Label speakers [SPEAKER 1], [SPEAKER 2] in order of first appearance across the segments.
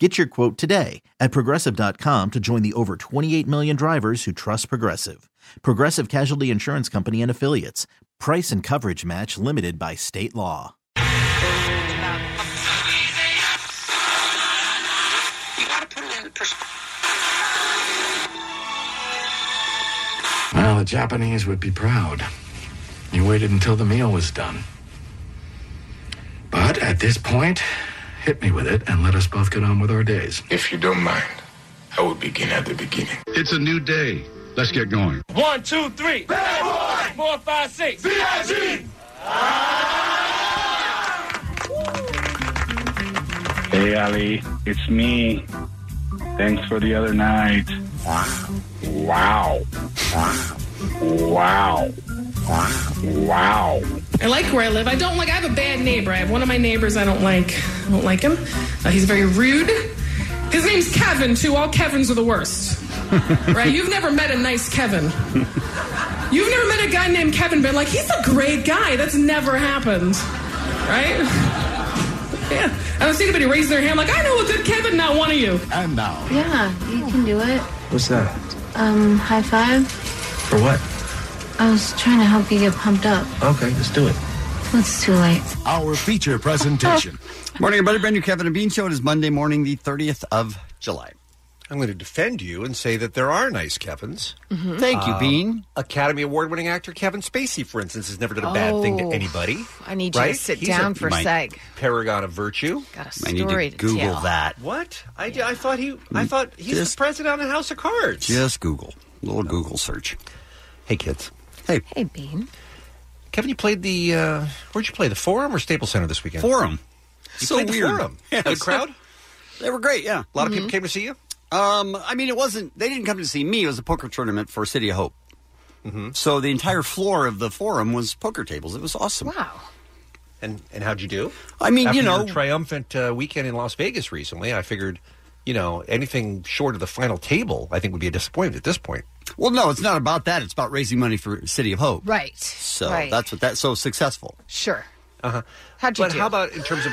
[SPEAKER 1] Get your quote today at progressive.com to join the over 28 million drivers who trust Progressive. Progressive Casualty Insurance Company and Affiliates. Price and coverage match limited by state law.
[SPEAKER 2] You gotta put it in perspective.
[SPEAKER 3] Well, the Japanese would be proud. You waited until the meal was done. But at this point, hit me with it and let us both get on with our days.
[SPEAKER 4] If you don't mind, I will begin at the beginning.
[SPEAKER 5] It's a new day. Let's get going.
[SPEAKER 6] One, two, three. Bad boy. Four, five, six. VIG.
[SPEAKER 7] Hey, Ali, it's me. Thanks for the other night. Wow. Wow. Wow.
[SPEAKER 8] I like where I live. I don't like. I have a bad neighbor. I have one of my neighbors I don't like. I don't like him. Uh, he's very rude. His name's Kevin too. All Kevins are the worst, right? You've never met a nice Kevin. You've never met a guy named Kevin, been like, he's a great guy. That's never happened, right? Yeah. I don't see anybody raise their hand like, I know a good Kevin, not one of you.
[SPEAKER 3] And now,
[SPEAKER 9] Yeah, you can do it.
[SPEAKER 10] What's that?
[SPEAKER 9] Um, high five.
[SPEAKER 10] For what?
[SPEAKER 9] I was trying to help you get pumped up.
[SPEAKER 10] Okay, let's do it.
[SPEAKER 9] It's too late.
[SPEAKER 3] our feature presentation.
[SPEAKER 11] Morning, everybody. Brand new Kevin and Bean Show. It is Monday morning, the 30th of July.
[SPEAKER 12] I'm going to defend you and say that there are nice Kevins.
[SPEAKER 13] Mm-hmm.
[SPEAKER 11] Thank you,
[SPEAKER 12] Um,
[SPEAKER 11] Bean.
[SPEAKER 12] Academy Award winning actor Kevin Spacey, for instance, has never done a bad thing to
[SPEAKER 13] Oh,
[SPEAKER 12] anybody.
[SPEAKER 13] I need you to
[SPEAKER 12] right?
[SPEAKER 13] sit
[SPEAKER 12] He's
[SPEAKER 13] down
[SPEAKER 12] a
[SPEAKER 13] for a sec.
[SPEAKER 12] Paragon of virtue.
[SPEAKER 13] Got a
[SPEAKER 11] I need to
[SPEAKER 13] story to,
[SPEAKER 11] Google
[SPEAKER 13] tell.
[SPEAKER 11] that.
[SPEAKER 12] What? I, I thought he. I thought he's the
[SPEAKER 11] Just-
[SPEAKER 12] president on the House of Cards.
[SPEAKER 11] Just Google. Little Google search.
[SPEAKER 12] Hey kids,
[SPEAKER 11] Hey,
[SPEAKER 13] Hey, Bean.
[SPEAKER 12] Kevin, you played the. Uh, where'd you play? The Forum or Staples Center this weekend?
[SPEAKER 11] forum.
[SPEAKER 12] You
[SPEAKER 11] so
[SPEAKER 12] played the
[SPEAKER 11] weird.
[SPEAKER 12] Forum.
[SPEAKER 11] Yeah,
[SPEAKER 12] Good
[SPEAKER 11] it's-
[SPEAKER 12] crowd.
[SPEAKER 11] They were great, yeah.
[SPEAKER 12] A
[SPEAKER 11] Mm-hmm.
[SPEAKER 12] lot of people came to see you.
[SPEAKER 11] Um, I mean, it wasn't, they didn't come to see me. It was a poker tournament for City of Hope.
[SPEAKER 12] Mm-hmm.
[SPEAKER 11] So the entire floor of the forum was poker tables. It was awesome.
[SPEAKER 13] Wow.
[SPEAKER 12] And and how'd you do?
[SPEAKER 11] I mean,
[SPEAKER 12] After
[SPEAKER 11] you know,
[SPEAKER 12] your triumphant uh, weekend in Las Vegas recently, I figured, you know, anything short of the final table, I think would be a disappointment at this point.
[SPEAKER 11] well, no, it's not about that. It's about raising money for City of Hope.
[SPEAKER 13] Right.
[SPEAKER 11] So
[SPEAKER 13] right.
[SPEAKER 11] that's what that's so successful.
[SPEAKER 13] sure. Uh huh. How'd you
[SPEAKER 12] Uh-huh. But
[SPEAKER 13] do?
[SPEAKER 12] how about in terms of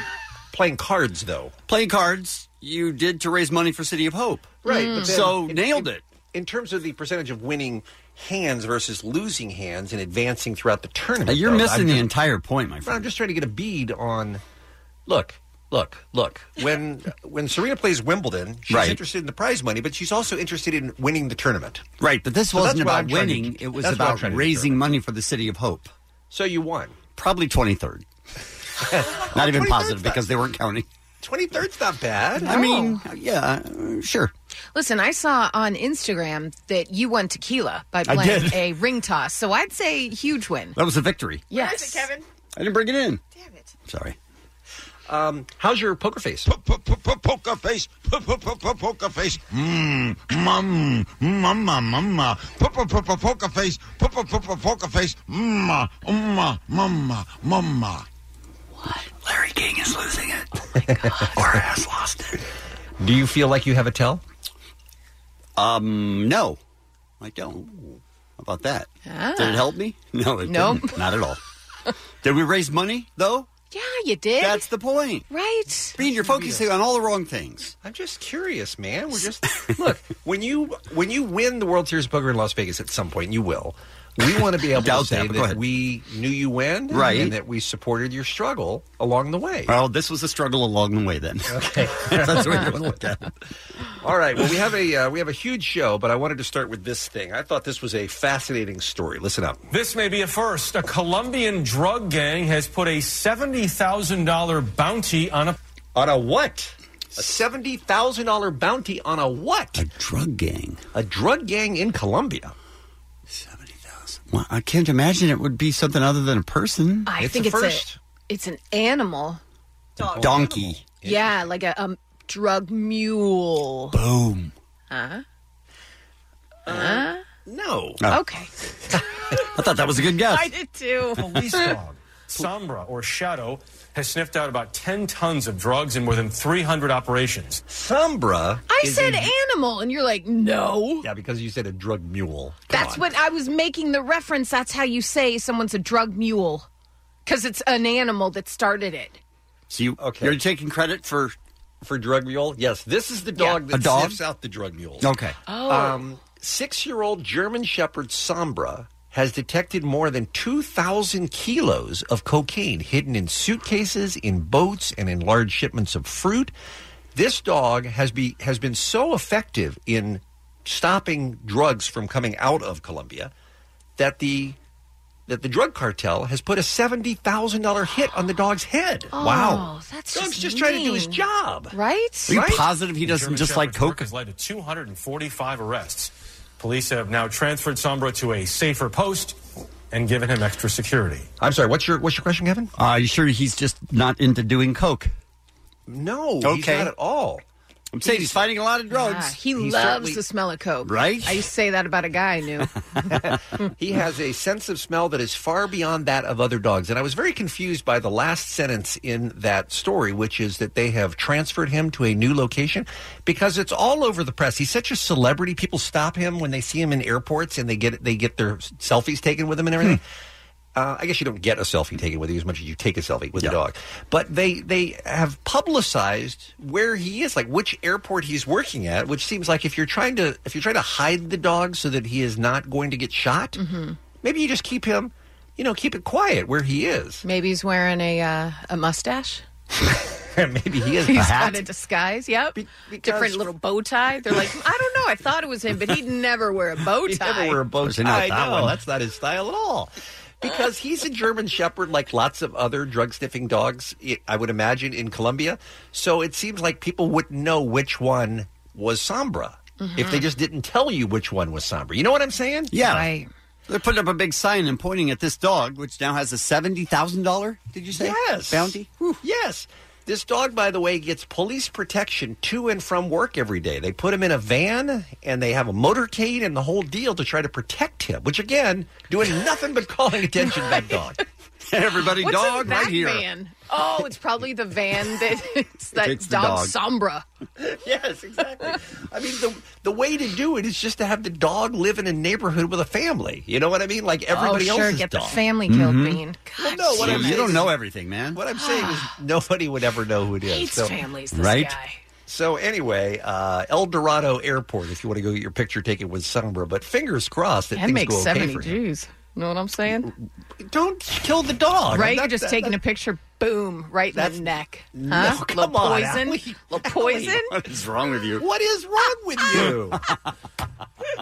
[SPEAKER 12] playing cards, though?
[SPEAKER 11] Playing cards, you did to raise money for City of Hope.
[SPEAKER 12] Right. But then
[SPEAKER 11] So
[SPEAKER 12] in-
[SPEAKER 11] nailed
[SPEAKER 12] in-
[SPEAKER 11] it.
[SPEAKER 12] In terms of the percentage of winning hands versus losing hands and advancing throughout the tournament,
[SPEAKER 11] Now, you're
[SPEAKER 12] though,
[SPEAKER 11] missing
[SPEAKER 12] I'm
[SPEAKER 11] the
[SPEAKER 12] just-
[SPEAKER 11] entire point, my
[SPEAKER 12] I'm
[SPEAKER 11] friend.
[SPEAKER 12] just trying to get a bead on. Look, look, look. When when Serena plays Wimbledon, she's
[SPEAKER 11] Right.
[SPEAKER 12] interested in the prize money, but she's also interested in winning the tournament.
[SPEAKER 11] Right, but this
[SPEAKER 12] So that's
[SPEAKER 11] wasn't
[SPEAKER 12] what
[SPEAKER 11] about
[SPEAKER 12] I'm trying to-
[SPEAKER 11] winning. it was
[SPEAKER 12] that's what I'm
[SPEAKER 11] about
[SPEAKER 12] trying to
[SPEAKER 11] raising
[SPEAKER 12] determine.
[SPEAKER 11] money for the City of Hope.
[SPEAKER 12] So you won.
[SPEAKER 11] Probably 23rd. Not even
[SPEAKER 12] 23rd 's
[SPEAKER 11] positive
[SPEAKER 12] not-
[SPEAKER 11] because they weren't counting.
[SPEAKER 12] Twenty third's not bad.
[SPEAKER 11] I mean, yeah, uh, sure.
[SPEAKER 13] Listen, I saw on Instagram that you won tequila by
[SPEAKER 11] I
[SPEAKER 13] playing
[SPEAKER 11] did.
[SPEAKER 13] a ring toss. So I'd say huge win.
[SPEAKER 11] That was a victory.
[SPEAKER 13] Yes. Kevin?
[SPEAKER 11] I didn't bring it in.
[SPEAKER 13] Damn it.
[SPEAKER 11] Sorry.
[SPEAKER 12] Um, how's your poker face?
[SPEAKER 10] Poker face. Poker face. Mmm. Mmm. Mama. Mama. Poker face. Poker face. Mmm. Mama. Mama. Mama.
[SPEAKER 11] Larry King is losing it. or has lost it.
[SPEAKER 12] Do you feel like you have a tell?
[SPEAKER 11] Um, no, I don't. How about that?
[SPEAKER 13] Ah.
[SPEAKER 11] Did it help me? No, it
[SPEAKER 13] Nope.
[SPEAKER 11] didn't. Not at all. Did we raise money, though?
[SPEAKER 13] Yeah, you did.
[SPEAKER 11] That's the point.
[SPEAKER 13] right.
[SPEAKER 11] Bean, you're focusing on all the wrong things.
[SPEAKER 12] I'm just curious, man. We're just look when you when you win the World Series of Poker in Las Vegas at some point, you will. We want to be able to
[SPEAKER 11] Doubt
[SPEAKER 12] say
[SPEAKER 11] that, but
[SPEAKER 12] that,
[SPEAKER 11] go ahead.
[SPEAKER 12] we knew you when,
[SPEAKER 11] Right.
[SPEAKER 12] and that we supported your struggle along the way.
[SPEAKER 11] Well, this was a struggle along the way then. Okay. That's the way you want to look at it.
[SPEAKER 12] All right. Well, we have a uh, we have a huge show, but I wanted to start with this thing. I thought this was a fascinating story. Listen up.
[SPEAKER 6] This may be a first. A Colombian drug gang has put a $70,000 bounty on a.
[SPEAKER 12] On a what? A seventy thousand dollar bounty on a what?
[SPEAKER 11] A drug gang.
[SPEAKER 12] A drug gang in Colombia.
[SPEAKER 11] 70,000. Well, I can't imagine it would be something other than a person.
[SPEAKER 13] I
[SPEAKER 12] It's
[SPEAKER 13] think
[SPEAKER 12] a
[SPEAKER 13] it's
[SPEAKER 12] first.
[SPEAKER 13] a it's an animal.
[SPEAKER 11] Donkey.
[SPEAKER 13] Yeah, like a um, drug mule.
[SPEAKER 11] Boom.
[SPEAKER 12] No.
[SPEAKER 13] Uh-huh. Okay.
[SPEAKER 11] I thought that was a good guess.
[SPEAKER 13] I did too.
[SPEAKER 6] Police dog, Sombra or Shadow, has sniffed out about 10 tons of drugs in more than 300 operations.
[SPEAKER 12] Sombra?
[SPEAKER 13] I said animal, and you're like,
[SPEAKER 11] Oh.
[SPEAKER 13] no.
[SPEAKER 12] Yeah, because you said a drug mule.
[SPEAKER 13] That's what I was making the reference. That's how you say someone's a drug mule, because it's an animal that started it.
[SPEAKER 11] So you okay. you're taking credit for
[SPEAKER 12] for drug mule? Yes, this is the dog
[SPEAKER 11] Yeah.
[SPEAKER 12] that
[SPEAKER 11] A dog?
[SPEAKER 12] sniffs out the drug mules. Um,
[SPEAKER 11] Okay.
[SPEAKER 13] Oh.
[SPEAKER 12] six-year-old German Shepherd Sombra has detected more than 2,000 kilos of cocaine hidden in suitcases, in boats, and in large shipments of fruit. This dog has be has been so effective in stopping drugs from coming out of Colombia that the that the drug cartel has put a seventy thousand dollar hit on the dog's head.
[SPEAKER 3] Oh.
[SPEAKER 13] wow, Oh, that's
[SPEAKER 12] Dog's
[SPEAKER 13] just,
[SPEAKER 12] just trying to do his
[SPEAKER 13] mean.
[SPEAKER 12] job.
[SPEAKER 13] right?
[SPEAKER 11] Are you positive he doesn't
[SPEAKER 6] German
[SPEAKER 11] just like
[SPEAKER 6] Shepherd's work
[SPEAKER 11] Coke?
[SPEAKER 6] Has led to 245 arrests. Police have now transferred Sombra to a safer post and given him extra security.
[SPEAKER 12] I'm sorry. What's your what's your question, Kevin?
[SPEAKER 11] Are you sure he's just not into doing coke?
[SPEAKER 12] No, he's
[SPEAKER 11] Okay.
[SPEAKER 12] not at all.
[SPEAKER 11] I'm saying he's fighting a lot of
[SPEAKER 13] Ah,
[SPEAKER 11] drugs.
[SPEAKER 13] he,
[SPEAKER 12] He
[SPEAKER 13] loves
[SPEAKER 12] certainly-
[SPEAKER 13] the smell of coke.
[SPEAKER 12] Right?
[SPEAKER 13] I used to say that about a guy I knew.
[SPEAKER 12] He has a sense of smell that is far beyond that of other dogs. And I was very confused by the last sentence in that story, which is that they have transferred him to a new location because it's all over the press. He's such a celebrity. People stop him when they see him in airports and they get they get their selfies taken with him and everything. Uh, I guess you don't get a selfie taken with you as much as you take a selfie with a dog. But they they have publicized where he is, like which airport he's working at, which seems like if you're trying to if you're trying to hide the dog so that he is not going to get shot,
[SPEAKER 13] Mm-hmm.
[SPEAKER 12] maybe you just keep him, you know, keep it quiet where he is.
[SPEAKER 13] Maybe he's wearing a uh, a mustache.
[SPEAKER 12] maybe he is
[SPEAKER 13] He's
[SPEAKER 12] a
[SPEAKER 13] got
[SPEAKER 12] hat.
[SPEAKER 13] a disguise. Yep, different little bow tie. They're like, I don't know. I thought it was him, but he'd never wear a bow tie.
[SPEAKER 12] He'd never wear a bow
[SPEAKER 11] Especially
[SPEAKER 12] tie.
[SPEAKER 11] not that
[SPEAKER 12] no,
[SPEAKER 11] one.
[SPEAKER 12] that's not his style at all. Because he's a German Shepherd, like lots of other drug sniffing dogs, i- I would imagine, in Colombia. So it seems like people wouldn't know which one was Sombra
[SPEAKER 13] Mm-hmm.
[SPEAKER 12] if they just didn't tell you which one was Sombra. You know what I'm saying?
[SPEAKER 11] Yeah. They're putting up a big sign and pointing at this dog, which now has a seventy thousand dollar. Did you say
[SPEAKER 12] Yes.
[SPEAKER 11] bounty?
[SPEAKER 12] Yes. This dog, by the way, gets police protection to and from work every day. They put him in a van and they have a motorcade and the whole deal to try to protect him, which again, doing nothing but calling attention to that dog.
[SPEAKER 11] Everybody,
[SPEAKER 13] What's
[SPEAKER 11] dog
[SPEAKER 13] in that
[SPEAKER 11] right here.
[SPEAKER 13] van? Oh, it's probably the van that it's that
[SPEAKER 11] takes the dog.
[SPEAKER 13] dog, Sombra.
[SPEAKER 12] yes, exactly. I mean, the the way to do it is just to have the dog live in a neighborhood with a family. You know what I mean? Like everybody
[SPEAKER 13] oh, sure,
[SPEAKER 12] else's
[SPEAKER 13] get
[SPEAKER 12] dog. Mm-hmm.
[SPEAKER 13] the family killed,
[SPEAKER 11] Mhm.
[SPEAKER 13] Bean. God,
[SPEAKER 12] no, what
[SPEAKER 11] Yeah,
[SPEAKER 12] I'm
[SPEAKER 11] you
[SPEAKER 12] saying
[SPEAKER 11] don't
[SPEAKER 12] is-
[SPEAKER 11] know everything, man.
[SPEAKER 12] What I'm saying is nobody would ever know who it is.
[SPEAKER 13] hates
[SPEAKER 12] so,
[SPEAKER 13] families. This
[SPEAKER 11] Right?
[SPEAKER 13] guy.
[SPEAKER 12] so anyway, uh, El Dorado Airport. If you want to go get your picture taken with Sombra, but fingers crossed that
[SPEAKER 13] And
[SPEAKER 12] things
[SPEAKER 13] makes
[SPEAKER 12] go okay
[SPEAKER 13] seventy
[SPEAKER 12] for him.
[SPEAKER 13] Jews. Know what I'm saying?
[SPEAKER 12] Don't kill the dog.
[SPEAKER 13] right?
[SPEAKER 12] I'm not-
[SPEAKER 13] You're just
[SPEAKER 12] that-
[SPEAKER 13] taking
[SPEAKER 12] that-
[SPEAKER 13] a picture. Boom! Right in the neck. Huh?
[SPEAKER 12] No, come
[SPEAKER 13] little
[SPEAKER 12] on,
[SPEAKER 13] poison.
[SPEAKER 12] Allie.
[SPEAKER 13] little poison.
[SPEAKER 11] What is wrong with you?
[SPEAKER 12] What is wrong with
[SPEAKER 13] Ah,
[SPEAKER 12] you?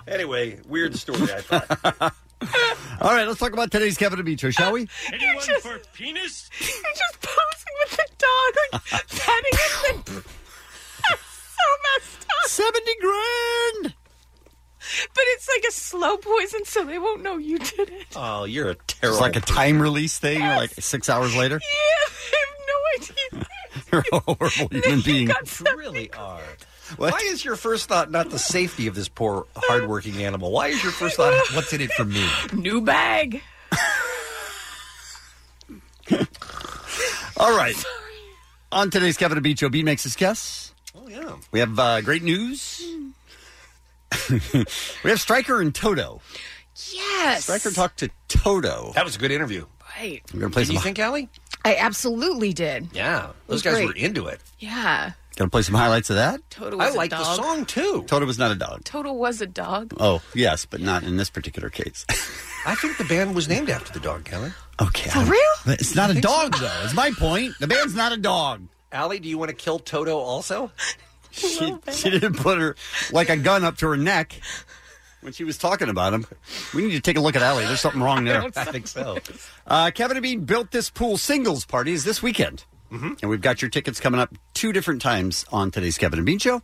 [SPEAKER 12] anyway, weird story. I thought.
[SPEAKER 11] All right, let's talk about today's Kevin and Beatrice, shall we?
[SPEAKER 13] Anyone just, for penis? You're just posing with the dog, like petting it. And, so messed up.
[SPEAKER 11] Seventy grand.
[SPEAKER 13] But it's like a slow poison, so they won't know you did it.
[SPEAKER 12] Oh, you're a terrible.
[SPEAKER 11] It's like a time release thing, like six hours later.
[SPEAKER 13] Yeah, they have no idea.
[SPEAKER 11] You're a horrible human being.
[SPEAKER 12] You really are. Why is your first thought not the safety of this poor, hardworking animal? Why is your first thought, what's in it for me?
[SPEAKER 13] New bag.
[SPEAKER 11] All right. On today's Kevin and Beach, B makes his guess.
[SPEAKER 12] Oh, yeah.
[SPEAKER 11] We have uh, great news.
[SPEAKER 13] Hmm.
[SPEAKER 11] we have Stryker and Toto.
[SPEAKER 13] Yes.
[SPEAKER 11] Stryker talked to Toto.
[SPEAKER 12] That was a good interview.
[SPEAKER 13] Right.
[SPEAKER 11] We're gonna play
[SPEAKER 12] Did
[SPEAKER 11] some.
[SPEAKER 12] you think, Allie?
[SPEAKER 13] I absolutely did.
[SPEAKER 12] Yeah. Those
[SPEAKER 13] was
[SPEAKER 12] guys
[SPEAKER 13] great.
[SPEAKER 12] were into it.
[SPEAKER 13] Yeah.
[SPEAKER 11] Gonna play some highlights of that.
[SPEAKER 13] Toto
[SPEAKER 12] I
[SPEAKER 13] was
[SPEAKER 12] like
[SPEAKER 13] a
[SPEAKER 12] the
[SPEAKER 13] dog.
[SPEAKER 12] song, too.
[SPEAKER 11] Toto was not a dog.
[SPEAKER 13] Toto was a dog.
[SPEAKER 11] Oh yes, but not in this particular case.
[SPEAKER 12] I think the band was named after the dog, Kelly.
[SPEAKER 11] okay. For
[SPEAKER 13] real?
[SPEAKER 11] It's not a dog though. Is my point. The band's not a dog.
[SPEAKER 12] Allie, do you want to kill Toto also?
[SPEAKER 11] She, she didn't put her like a gun up to her neck when she was talking about him. We need to take a look at Allie. There's something wrong there.
[SPEAKER 12] I think so.
[SPEAKER 11] Uh, Kevin and Bean built this pool singles party is this weekend,
[SPEAKER 12] Mm-hmm.
[SPEAKER 11] and we've got your tickets coming up two different times on today's Kevin and Bean show,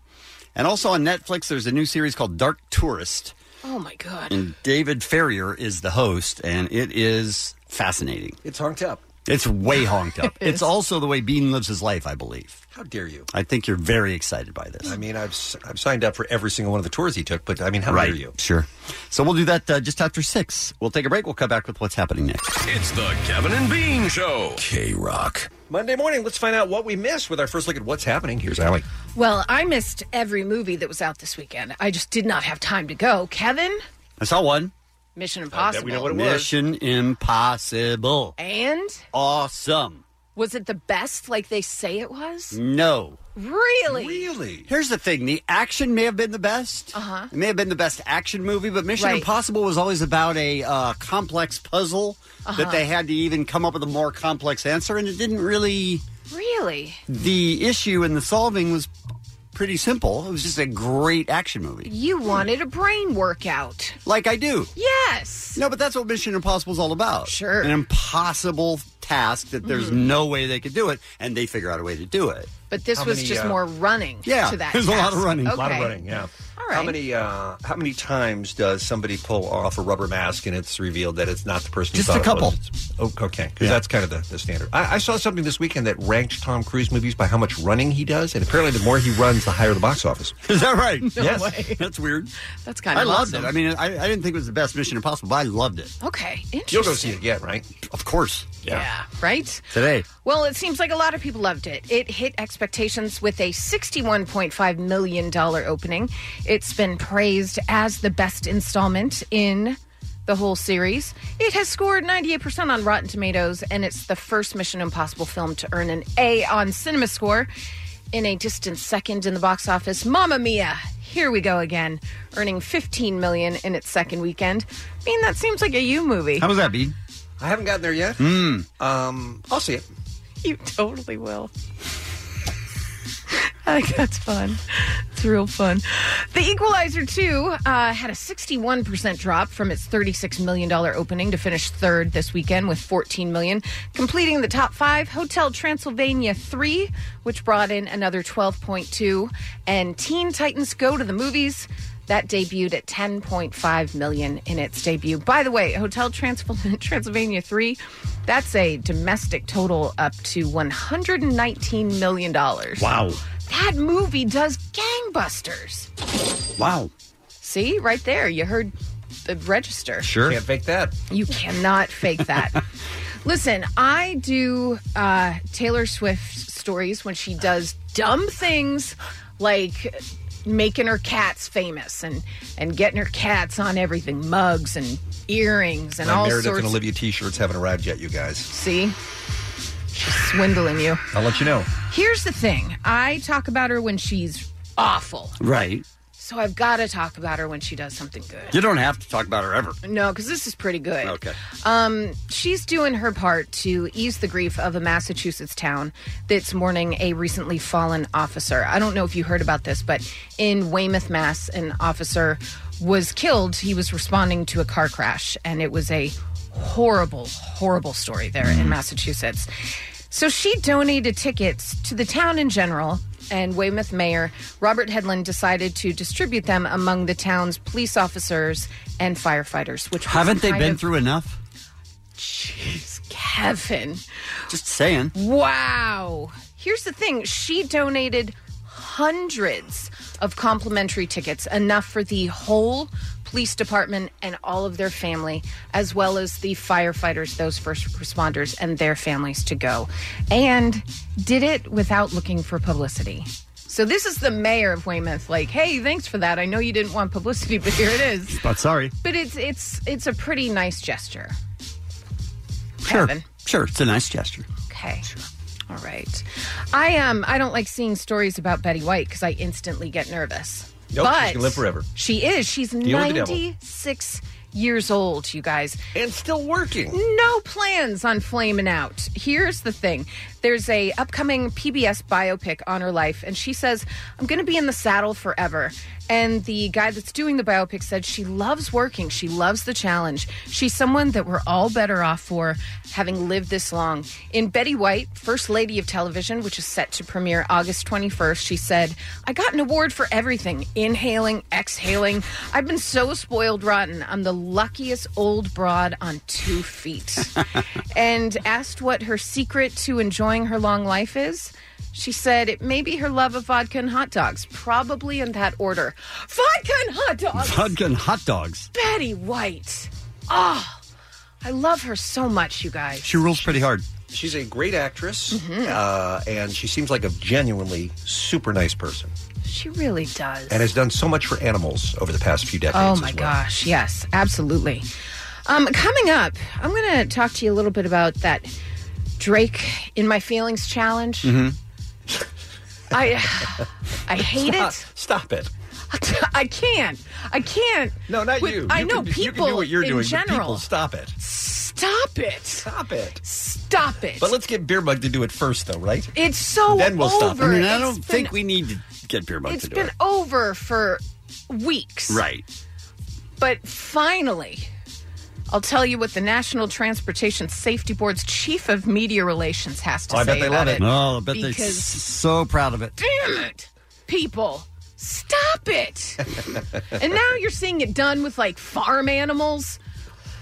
[SPEAKER 11] and also on Netflix. There's a new series called Dark Tourist,
[SPEAKER 13] Oh my god.
[SPEAKER 11] and David Ferrier is the host, and it is fascinating.
[SPEAKER 12] It's honked up.
[SPEAKER 11] It's way honked up.
[SPEAKER 12] It
[SPEAKER 11] it's
[SPEAKER 12] is.
[SPEAKER 11] also the way Bean lives his life, I believe.
[SPEAKER 12] How dare you?
[SPEAKER 11] I think you're very excited by this.
[SPEAKER 12] I mean, I've s- I've signed up for every single one of the tours he took, but I mean, how dare you?
[SPEAKER 11] Sure. So we'll do that uh, just after six. We'll take a break. We'll come back with what's happening next.
[SPEAKER 3] It's the Kevin and Bean Show. K Rock.
[SPEAKER 12] Monday morning, let's find out what we missed with our first look at what's happening. Here's Allie.
[SPEAKER 13] Well, I missed every movie that was out this weekend. I just did not have time to go. Kevin,
[SPEAKER 11] I saw one.
[SPEAKER 13] Mission Impossible.
[SPEAKER 11] Mission Impossible.
[SPEAKER 13] And
[SPEAKER 11] Awesome.
[SPEAKER 13] was it the best like they say it was?
[SPEAKER 11] No.
[SPEAKER 13] Really?
[SPEAKER 11] Here's the thing the action may have been the best.
[SPEAKER 13] Uh huh.
[SPEAKER 11] It may have been the best action movie, but Mission
[SPEAKER 13] Right.
[SPEAKER 11] Impossible was always about a uh, complex puzzle
[SPEAKER 13] Uh-huh.
[SPEAKER 11] that they had to even come up with a more complex answer, and it didn't really.
[SPEAKER 13] Really?
[SPEAKER 11] The issue and the solving was pretty simple. It was just a great action movie,
[SPEAKER 13] You wanted a brain workout.
[SPEAKER 11] like I do.
[SPEAKER 13] Yes.
[SPEAKER 11] No, but that's what Mission Impossible is all about. Sure. An impossible task that there's no way they could do it, and they figure out a way to do it.
[SPEAKER 13] Mm-hmm. But this was just more running
[SPEAKER 11] Yeah,
[SPEAKER 13] to that.
[SPEAKER 11] uh, there's a lot of
[SPEAKER 13] task.
[SPEAKER 11] running.
[SPEAKER 13] Okay.
[SPEAKER 12] uh, A lot of running, yeah.
[SPEAKER 13] All right.
[SPEAKER 12] How many uh, how many times does somebody pull off a rubber mask and it's revealed that it's not the person?
[SPEAKER 11] Just
[SPEAKER 12] you
[SPEAKER 11] a
[SPEAKER 12] thought it
[SPEAKER 11] couple.
[SPEAKER 12] was? Oh, okay, because that's kind of the, the standard. I, I saw something this weekend that ranked Tom Cruise movies by how much running he does, and apparently the more he runs, the higher the box office.
[SPEAKER 11] Is that right?
[SPEAKER 13] No
[SPEAKER 11] yes.
[SPEAKER 13] way.
[SPEAKER 11] That's weird.
[SPEAKER 13] That's kind of
[SPEAKER 11] I loved
[SPEAKER 13] awesome.
[SPEAKER 11] it. I mean, I, I didn't think it was the best Mission Impossible, but I loved it.
[SPEAKER 13] Okay. Interesting.
[SPEAKER 11] it again, right? Of course.
[SPEAKER 13] Yeah. Right?
[SPEAKER 11] Today.
[SPEAKER 13] Well, it seems like a lot of people loved it. It hit expectations with a $61.5 million opening. It's been praised as the best installment in the whole series. It has scored 98% on Rotten Tomatoes, and it's the first Mission Impossible film to earn an A on CinemaScore. In a distant second in the box office, Mamma Mia! Here we go again, earning 15 million in its second weekend. I mean, that seems like a you movie.
[SPEAKER 11] How was that, Bean?
[SPEAKER 12] I haven't gotten there yet.
[SPEAKER 11] Hmm.
[SPEAKER 12] Um, I'll see it.
[SPEAKER 13] You totally will. I think that's fun. It's real fun. The Equalizer 2 uh, had a 61% drop from its $36 million opening to finish third this weekend with $14 million. Completing the top five, Hotel Transylvania 3, which brought in another 12.2, and Teen Titans Go to the Movies. That debuted at 10.5 million in its debut. By the way, Hotel Transf- Transylvania 3, that's a domestic total up to 119 million dollars.
[SPEAKER 11] Wow.
[SPEAKER 13] That movie does gangbusters.
[SPEAKER 11] Wow.
[SPEAKER 13] See, right there, you heard the register.
[SPEAKER 12] Can't fake that.
[SPEAKER 13] You cannot fake that. Listen, I do uh, Taylor Swift stories when she does dumb things like making her cats famous and, and getting her cats on everything mugs and earrings and
[SPEAKER 12] My
[SPEAKER 13] all
[SPEAKER 12] Meredith
[SPEAKER 13] sorts
[SPEAKER 12] and Olivia t-shirts haven't arrived yet, you guys.
[SPEAKER 13] See? She's swindling you.
[SPEAKER 12] I'll let you know.
[SPEAKER 13] Here's the thing I talk about her when she's awful.
[SPEAKER 11] Right.
[SPEAKER 13] So I've got to talk about her when she does something good.
[SPEAKER 11] You don't have to talk about her ever.
[SPEAKER 13] No, because this is pretty good.
[SPEAKER 11] Okay.
[SPEAKER 13] Um, she's doing her part to ease the grief of a Massachusetts town that's mourning a recently fallen officer. I don't know if you heard about this, but in Weymouth, Mass, an officer was killed. He was responding to a car crash, and it was a horrible, horrible story there
[SPEAKER 11] Mm.
[SPEAKER 13] in Massachusetts. So she donated tickets to the town in general, and Weymouth Mayor Robert Headland decided to distribute them among the town's police officers and firefighters. Which was
[SPEAKER 11] Haven't they
[SPEAKER 13] kind
[SPEAKER 11] been
[SPEAKER 13] of-
[SPEAKER 11] through enough?
[SPEAKER 13] Kevin?
[SPEAKER 11] Just saying.
[SPEAKER 13] Wow. Here's the thing she donated hundreds of complimentary tickets, enough for the whole police department and all of their family, as well as the firefighters, those first responders, and their families to go. And did it without looking for publicity. So this is the mayor of Weymouth, like, hey, thanks for that. I know you didn't want publicity, but here it is.
[SPEAKER 11] But sorry.
[SPEAKER 13] But it's it's it's a pretty nice gesture.
[SPEAKER 11] Sure.
[SPEAKER 13] Kevin.
[SPEAKER 11] Sure. It's a nice gesture.
[SPEAKER 13] Okay. All right. I um I don't like seeing stories about Betty White because I instantly get nervous.
[SPEAKER 12] Nope,
[SPEAKER 13] but
[SPEAKER 12] she's gonna live forever.
[SPEAKER 13] She is. She's
[SPEAKER 12] Deal with the devil.
[SPEAKER 13] ninety six years old, you guys.
[SPEAKER 12] And still working.
[SPEAKER 13] No plans on flaming out. Here's the thing. There's a upcoming PBS biopic on her life, and she says, I'm gonna be in the saddle forever. And the guy that's doing the biopic said she loves working. She loves the challenge. She's someone that we're all better off for having lived this long. In Betty White, First Lady of Television, which is set to premiere August 21st, she said, I got an award for everything inhaling, exhaling. I've been so spoiled rotten. I'm the luckiest old broad on two feet and asked what her secret to enjoying her long life is. She said it may be her love of vodka and hot dogs, probably in that order. Vodka and hot dogs!
[SPEAKER 11] Vodka and hot dogs.
[SPEAKER 13] Betty White. Oh, I love her so much, you guys. Mm-hmm.
[SPEAKER 11] She rules pretty hard.
[SPEAKER 12] She's a great actress, uh, and she seems like a genuinely super nice person,
[SPEAKER 13] She really does.
[SPEAKER 12] and has done so much for animals over the past few decades.
[SPEAKER 13] Oh
[SPEAKER 12] as
[SPEAKER 13] my
[SPEAKER 12] well.
[SPEAKER 13] gosh, yes, absolutely. Um, coming up, I'm going to talk to you a little bit about that Drake in my feelings challenge.
[SPEAKER 12] Mm-hmm.
[SPEAKER 13] I I hate
[SPEAKER 12] Stop-
[SPEAKER 13] it.
[SPEAKER 12] Stop it.
[SPEAKER 13] I can't. I can't.
[SPEAKER 12] No, not
[SPEAKER 13] With-
[SPEAKER 12] you.
[SPEAKER 13] I
[SPEAKER 12] You
[SPEAKER 13] know
[SPEAKER 12] can-
[SPEAKER 13] people
[SPEAKER 12] You can do what you're
[SPEAKER 13] in
[SPEAKER 12] doing. but
[SPEAKER 13] general.
[SPEAKER 12] people, stop it.
[SPEAKER 13] Stop it. Stop
[SPEAKER 12] it.
[SPEAKER 13] Stop it.
[SPEAKER 12] But let's get Beer Mug to do it first, though, right?
[SPEAKER 13] it's so
[SPEAKER 12] then we'll
[SPEAKER 13] over.
[SPEAKER 12] stop. I mean, I
[SPEAKER 13] It's
[SPEAKER 12] don't
[SPEAKER 13] been-
[SPEAKER 12] think we
[SPEAKER 11] need to get Beer
[SPEAKER 13] It's been over for weeks.
[SPEAKER 11] Right.
[SPEAKER 13] But finally, I'll tell you what the National Transportation Safety Board's chief of media relations has to
[SPEAKER 11] Oh, I
[SPEAKER 13] say
[SPEAKER 11] bet they
[SPEAKER 13] about
[SPEAKER 11] love it. Oh, I bet they're s-
[SPEAKER 13] because
[SPEAKER 11] so proud of it.
[SPEAKER 13] damn it, people, stop it! and now you're seeing it done with like farm animals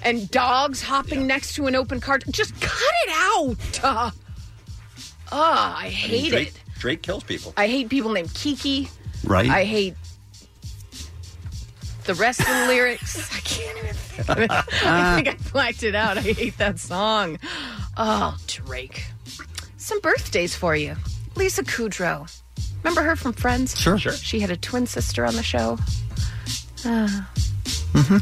[SPEAKER 13] and dogs hopping next to an open car. Just cut it out. Uh, ah, I
[SPEAKER 11] I
[SPEAKER 13] hate
[SPEAKER 11] mean, Drake,
[SPEAKER 13] it.
[SPEAKER 11] Drake kills people.
[SPEAKER 13] I hate people named Kiki.
[SPEAKER 11] Right.
[SPEAKER 13] I hate the rest of the lyrics. Uh. I can't even think of it. I think I blacked it out. I hate that song. Oh, Drake. Some birthdays for you. Lisa Kudrow. Remember her from Friends?
[SPEAKER 14] Sure. Sure.
[SPEAKER 13] She had a twin sister on the show. Ah,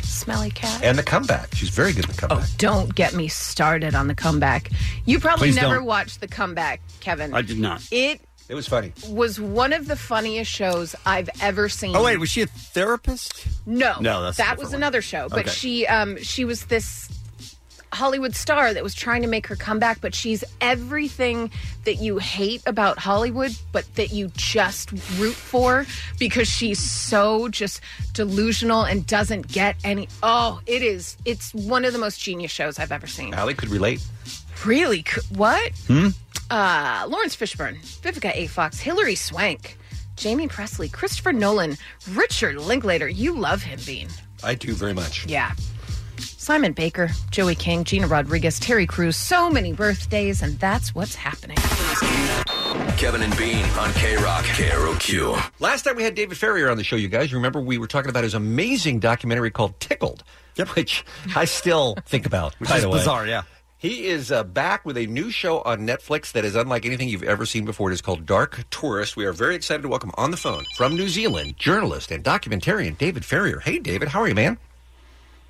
[SPEAKER 13] Smelly cat.
[SPEAKER 12] And the comeback. She's very good in the comeback.
[SPEAKER 13] Don't get me started on the comeback. You probably
[SPEAKER 12] Please
[SPEAKER 13] never
[SPEAKER 12] don't.
[SPEAKER 13] watched the comeback, Kevin.
[SPEAKER 11] I did not.
[SPEAKER 13] It
[SPEAKER 12] It was funny.
[SPEAKER 13] was one of the funniest shows I've ever seen.
[SPEAKER 11] Oh, wait, was she a therapist?
[SPEAKER 13] No,
[SPEAKER 11] No, that's a
[SPEAKER 13] that
[SPEAKER 11] different
[SPEAKER 13] was
[SPEAKER 11] one.
[SPEAKER 13] another show. But
[SPEAKER 11] Okay.
[SPEAKER 13] she, um, she was this Hollywood star that was trying to make her comeback. But she's everything that you hate about Hollywood, but that you just root for because she's so just delusional and doesn't get any. Oh, it is. It's one of the most genius shows I've ever seen.
[SPEAKER 12] Allie could relate.
[SPEAKER 13] Really? co- What?
[SPEAKER 12] Hmm?
[SPEAKER 13] uh, Lawrence Fishburne, Vivica A. Fox, Hilary Swank, Jamie Presley, Christopher Nolan, Richard Linklater. You love him, Bean.
[SPEAKER 12] I do very much.
[SPEAKER 13] Yeah. Simon Baker, Joey King, Gina Rodriguez, Terry Crews. So many birthdays, and that's what's happening.
[SPEAKER 3] Kevin and Bean on K Rock. KROQ.
[SPEAKER 12] Last time we had David Ferrier on the show, you guys. Remember, we were talking about his amazing documentary called Tickled, which I still think about.
[SPEAKER 11] Which
[SPEAKER 12] by
[SPEAKER 11] is
[SPEAKER 12] the way.
[SPEAKER 11] bizarre, yeah.
[SPEAKER 12] He is uh, back with a new show on Netflix that is unlike anything you've ever seen before. It is called Dark Tourist. We are very excited to welcome on the phone from New Zealand journalist and documentarian David Ferrier. Hey, David, how are you, man?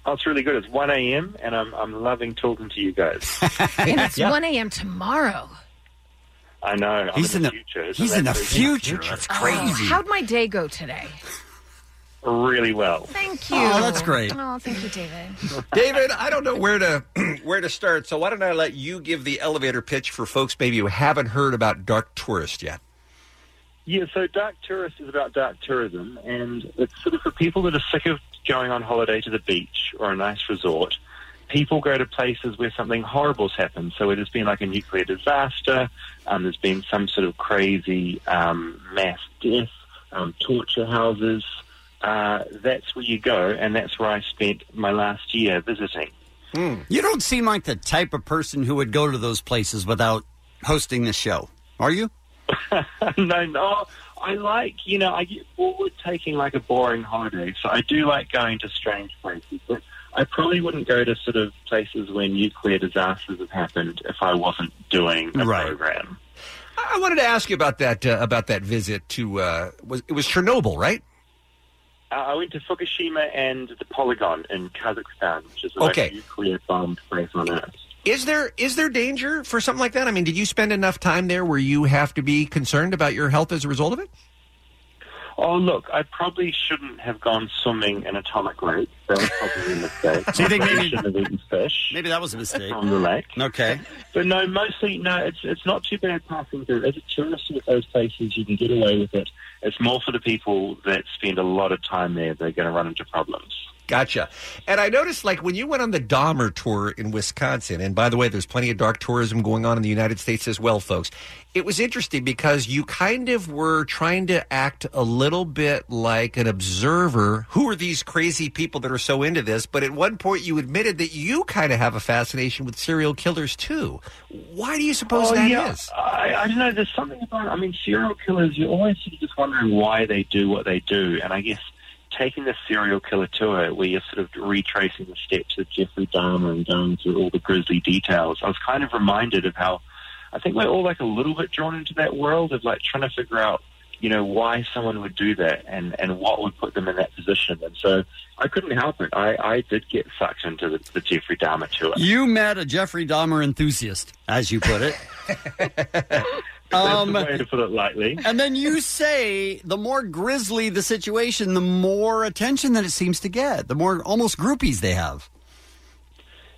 [SPEAKER 15] Oh, it's really good. It's 1 a.m., and I'm, I'm loving talking to you guys.
[SPEAKER 13] And it's 1 a.m. tomorrow.
[SPEAKER 15] I know. I'm
[SPEAKER 11] He's
[SPEAKER 15] in the,
[SPEAKER 11] in the-
[SPEAKER 15] future. Isn't
[SPEAKER 11] he's in
[SPEAKER 15] that
[SPEAKER 11] the
[SPEAKER 15] crazy?
[SPEAKER 11] future. That's
[SPEAKER 13] Oh, how'd my day go today?
[SPEAKER 15] Really well.
[SPEAKER 13] Thank you.
[SPEAKER 12] Oh, that's great.
[SPEAKER 13] Oh, thank you, David.
[SPEAKER 12] David, I don't know where to where to start, so why don't I let you give the elevator pitch for folks maybe who haven't heard about Dark Tourist yet?
[SPEAKER 15] Yeah, so Dark Tourist is about dark tourism, and it's sort of for people that are sick of going on holiday to the beach or a nice resort. People go to places where something horrible's happened. So it has been like a nuclear disaster. Um, there's been some sort of crazy um, mass death, um, torture houses. Uh, that's where you go, and that's where I spent my last year visiting. Hmm.
[SPEAKER 11] You don't seem like the type of person who would go to those places without hosting the show, are you?
[SPEAKER 15] no, no. I like, you know, I get bored with taking like a boring holiday, so I do like going to strange places. But I probably wouldn't go to sort of places where nuclear disasters have happened if I wasn't doing a program.
[SPEAKER 12] I I wanted to ask you about that uh, about that visit to uh, was it was Chernobyl, right?
[SPEAKER 15] Uh, I went to Fukushima and the Polygon in Kazakhstan, which is like
[SPEAKER 12] Okay.
[SPEAKER 15] a nuclear bombed place on Earth.
[SPEAKER 12] Is there is there danger for something like that? I mean, did you spend enough time there where you have to be concerned about your health as a result of it?
[SPEAKER 15] Oh, look, I probably shouldn't have gone swimming in Atomic Lake. That was probably a mistake.
[SPEAKER 11] So you think
[SPEAKER 15] I
[SPEAKER 11] maybe-
[SPEAKER 15] shouldn't have eaten fish.
[SPEAKER 11] Maybe that was a mistake.
[SPEAKER 15] from the lake.
[SPEAKER 11] Okay.
[SPEAKER 15] But no, mostly no. It's it's not too bad passing through. As a tourist at those places, you can get away with it. It's more for the people that spend a lot of time there. They're going to run into problems.
[SPEAKER 12] Gotcha. And I noticed, like, when you went on the Dahmer tour in Wisconsin, and by the way, there's plenty of dark tourism going on in the United States as well, folks. It was interesting because you kind of were trying to act a little bit like an observer. Who are these crazy people that are so into this? But at one point, you admitted that you kind of have a fascination with serial killers, too. Why do you suppose
[SPEAKER 15] Oh,
[SPEAKER 12] that is?
[SPEAKER 15] yeah. I, I don't know. There's something about. I mean, serial killers. You're always sort of just wondering why they do what they do, and I guess taking the serial killer tour, where you're sort of retracing the steps of Jeffrey Dahmer and going through all the grisly details, I was kind of reminded of how I think we're all like a little bit drawn into that world of like trying to figure out, you know, why someone would do that and and what would put them in that position. And so I couldn't help it. I I did get sucked into the, the Jeffrey Dahmer tour.
[SPEAKER 11] You met a Jeffrey Dahmer enthusiast, as you put it. Um,
[SPEAKER 15] That's the way to put it lightly.
[SPEAKER 11] and then you say the more grisly the situation, the more attention that it seems to get, the more almost groupies they have.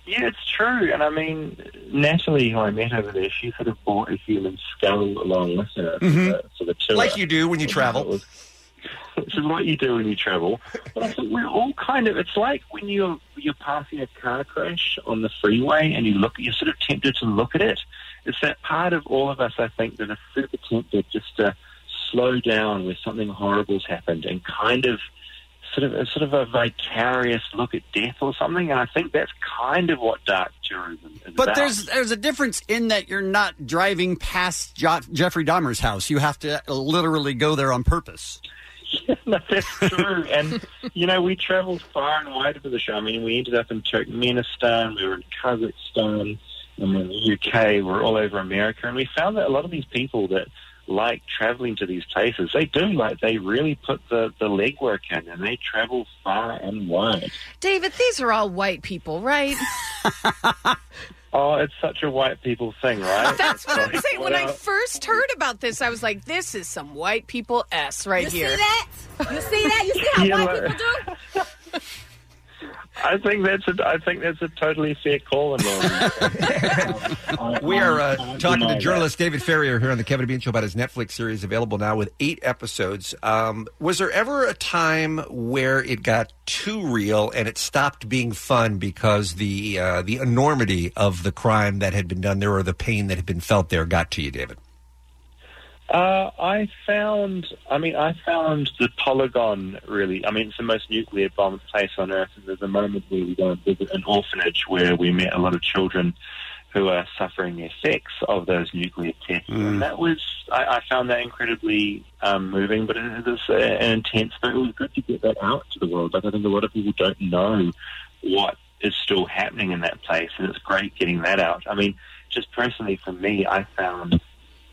[SPEAKER 15] Yeah, it's true. And I mean, Natalie, who I met over there, she sort of brought a human skull along with her
[SPEAKER 12] Mhm.
[SPEAKER 15] for, the, for the tour.
[SPEAKER 12] Like you do when you
[SPEAKER 15] Which I
[SPEAKER 12] travel.
[SPEAKER 15] thought was- Which is what you do when you travel. But I think we're all kind of, it's like when you're, you're passing a car crash on the freeway and you look, you're sort of tempted to look at it. It's that part of all of us, I think, that are super tempted just to slow down where something horrible's happened and kind of sort of sort of a vicarious look at death or something, and I think that's kind of what dark tourism is
[SPEAKER 11] But
[SPEAKER 15] about.
[SPEAKER 11] there's there's a difference in that you're not driving past jo- Jeffrey Dahmer's house. You have to literally go there on purpose.
[SPEAKER 15] true, and you know we travelled far and wide for the show. I mean, we ended up in Turkmenistan, we were in Kazakhstan, and we're in the UK, we're all over America, and we found that a lot of these people that like travelling to these places, they do like they really put the the legwork in, and they travel far and wide.
[SPEAKER 13] David, these are all white people, right?
[SPEAKER 15] Oh, it's such a white people thing, right?
[SPEAKER 13] That's what I'm
[SPEAKER 15] Like,
[SPEAKER 13] saying. When I
[SPEAKER 15] well,
[SPEAKER 13] first heard about this, I was like, this is some white people S right
[SPEAKER 14] You see
[SPEAKER 13] here.
[SPEAKER 14] that?
[SPEAKER 13] You see that? You see
[SPEAKER 15] how Yeah, white but-
[SPEAKER 13] people do?
[SPEAKER 15] I think that's a I think that's a totally fair call. In
[SPEAKER 12] We are uh, talking to journalist David Ferrier here on the Kevin and Bean Show about his Netflix series available now with eight episodes. Um, was there ever a time where it got too real and it stopped being fun because the uh, the enormity of the crime that had been done there or the pain that had been felt there got to you, David?
[SPEAKER 15] Uh, I found, I mean, I found the Polygon really. I mean, it's the most nuclear bombed place on Earth. And there's a moment where we go and visit an orphanage where we met a lot of children who are suffering the effects of those nuclear tests. And that was, I, I found that incredibly um, moving, but it was uh, an intense, but it was good to get that out to the world. Like, I think a lot of people don't know what is still happening in that place, and it's great getting that out. I mean, just personally for me, I found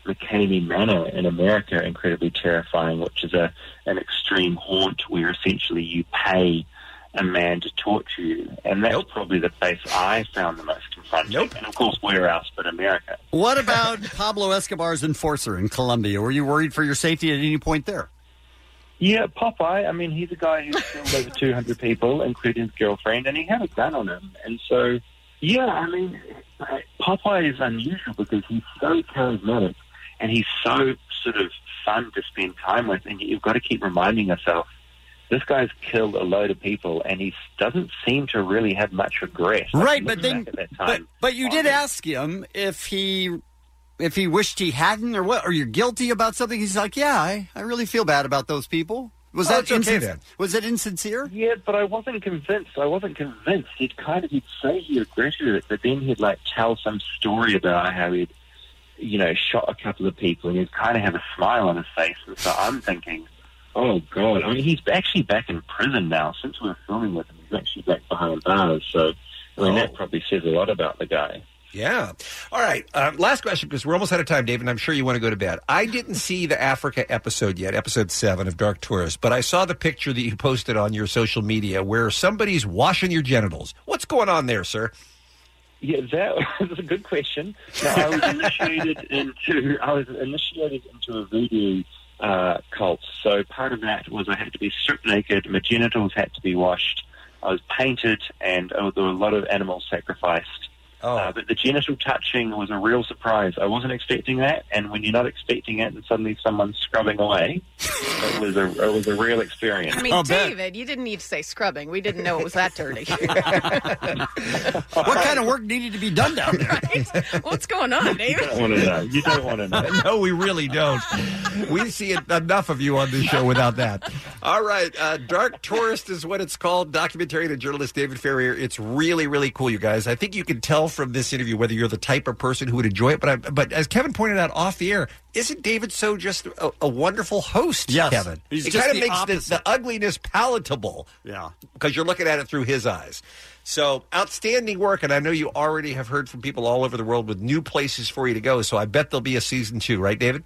[SPEAKER 15] McCamey Manor in America incredibly terrifying, which is a an extreme haunt where essentially you pay a man to torture you, and that's probably the place I found the most confronting. And of course, where else but America?
[SPEAKER 11] What about Pablo Escobar's enforcer in Colombia? Were you worried for your safety at any point there?
[SPEAKER 15] Yeah, Popeye. I mean, he's a guy who's killed over 200 people, including his girlfriend, and he had a gun on him. And so, yeah, I mean, Popeye is unusual because he's so charismatic and he's so sort of fun to spend time with. And you've got to keep reminding yourself this guy's killed a load of people and he doesn't seem to really have much regret.
[SPEAKER 11] Right, but then,
[SPEAKER 15] Looking back at that
[SPEAKER 11] but,
[SPEAKER 15] time.
[SPEAKER 11] but you did ask him if he if he wished he hadn't or what, or you're guilty about something. He's like, yeah, I, I really feel bad about those people. Was
[SPEAKER 15] Oh,
[SPEAKER 11] that
[SPEAKER 15] it's okay
[SPEAKER 11] insin-
[SPEAKER 15] then.
[SPEAKER 11] Was it insincere?
[SPEAKER 15] Yeah, but I wasn't convinced. I wasn't convinced. He'd kind of he'd say he regretted it, but then he'd like tell some story about how he'd you know shot a couple of people, and he'd kind of have a smile on his face. And so I'm thinking, oh god. I mean, he's actually back in prison now. Since we we're filming with him, he's actually back behind bars. So I mean, that probably says a lot about the guy.
[SPEAKER 12] Yeah. All right. Um, last question because we're almost out of time, David. And I'm sure you want to go to bed. I didn't see the Africa episode yet, episode seven of Dark Tourist, but I saw the picture that you posted on your social media where somebody's washing your genitals. What's going on there, sir?
[SPEAKER 15] Yeah, that was a good question. No, I was initiated into I was initiated into a voodoo uh, cult. So part of that was I had to be stripped naked, my uh, genitals had to be washed, I was painted, and oh, there were a lot of animals sacrificed Uh, but the genital touching was a real surprise. I wasn't expecting that, and when you're not expecting it, and suddenly someone's scrubbing away, it was a it was a real experience.
[SPEAKER 13] I mean, David, you didn't need to say scrubbing. We didn't know it was that dirty.
[SPEAKER 11] what kind of work needed to be done down there?
[SPEAKER 13] What's going on, David?
[SPEAKER 15] don't want to know. You don't want to know.
[SPEAKER 11] no, we really don't. We see it, enough of you on this show without that.
[SPEAKER 12] All right. Uh, Dark Tourist is what it's called. Documentary and journalist David Ferrier. It's really, really cool, you guys. I think you can tell from this interview whether you're the type of person who would enjoy it. But I, but as Kevin pointed out off the air, isn't David so just a, a wonderful host,
[SPEAKER 11] Yes.
[SPEAKER 12] Kevin?
[SPEAKER 11] He's
[SPEAKER 12] it
[SPEAKER 11] just
[SPEAKER 12] kind of
[SPEAKER 11] the
[SPEAKER 12] makes the, the ugliness palatable.
[SPEAKER 11] Yeah.
[SPEAKER 12] Because you're looking at it through his eyes. So outstanding work. And I know you already have heard from people all over the world with new places for you to go. So I bet there'll be a season two, right, David?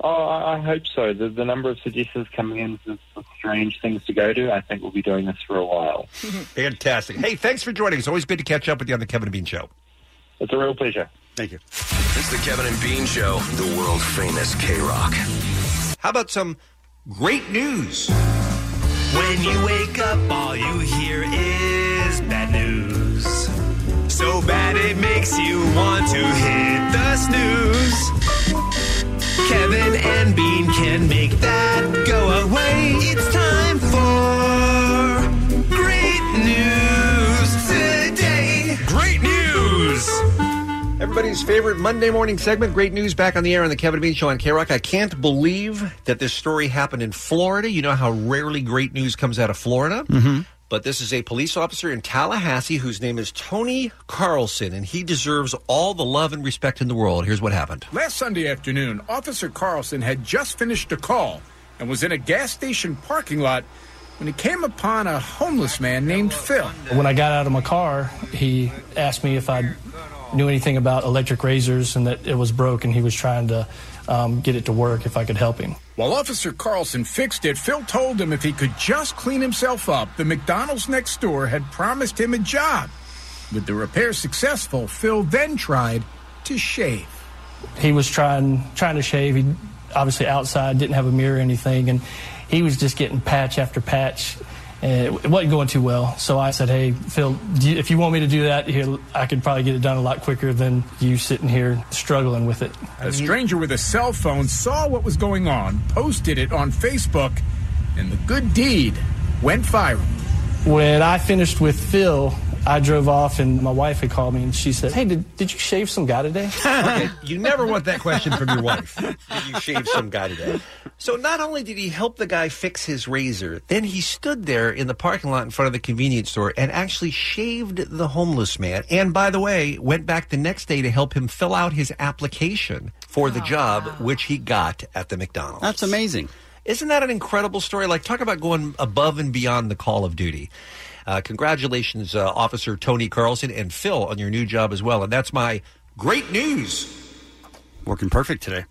[SPEAKER 15] Oh, I I hope so. The, the number of suggestions coming in for, for strange things to go to, I think we'll be doing this for a while.
[SPEAKER 12] Fantastic. Hey, thanks for joining us. Always good to catch up with you on the Kevin and Bean Show.
[SPEAKER 15] It's a real pleasure.
[SPEAKER 12] Thank you.
[SPEAKER 16] It's the Kevin and Bean Show, the world famous K Rock.
[SPEAKER 12] How about some great news?
[SPEAKER 3] When you wake up, all you hear is bad news. So bad it makes you want to hit the snooze. Kevin and Bean can make that go away. It's time for great news today.
[SPEAKER 12] Great news! Everybody's favorite Monday morning segment, Great News, back on the air on the Kevin and Bean Show on K Rock. I can't believe that this story happened in Florida. You know how rarely great news comes out of Florida?
[SPEAKER 17] Mm-hmm.
[SPEAKER 12] But this is a police officer in Tallahassee whose name is Tony Carlson, and he deserves all the love and respect in the world. Here's what happened.
[SPEAKER 5] Last Sunday afternoon, Officer Carlson had just finished a call and was in a gas station parking lot when he came upon a homeless man named Phil.
[SPEAKER 18] When I got out of my car, he asked me if I knew anything about electric razors and that it was broke, and he was trying to um, get it to work if I could help him.
[SPEAKER 5] While Officer Carlson fixed it, Phil told him if he could just clean himself up, the McDonald's next door had promised him a job. With the repair successful, Phil then tried to shave.
[SPEAKER 18] He was trying trying to shave. He obviously outside didn't have a mirror or anything, and he was just getting patch after patch. And it, it wasn't going too well, so I said, "Hey, Phil, do you, if you want me to do that, here I could probably get it done a lot quicker than you sitting here struggling with it."
[SPEAKER 5] A stranger with a cell phone saw what was going on, posted it on Facebook, and the good deed went viral.
[SPEAKER 18] When I finished with Phil, I drove off, and my wife had called me, and she said, "Hey, did, did you shave some guy today?"
[SPEAKER 12] Okay, you never want that question from your wife. Did you shave some guy today? So not only did he help the guy fix his razor, then he stood there in the parking lot in front of the convenience store and actually shaved the homeless man. And by the way, went back the next day to help him fill out his application for the job, which he got at the McDonald's. That's
[SPEAKER 11] amazing.
[SPEAKER 12] Isn't that an incredible story? Like, talk about going above and beyond the call of duty. Uh, congratulations, uh, Officer Tony Carlson and Phil, on your new job as well. And that's my great news.
[SPEAKER 11] Working perfect today.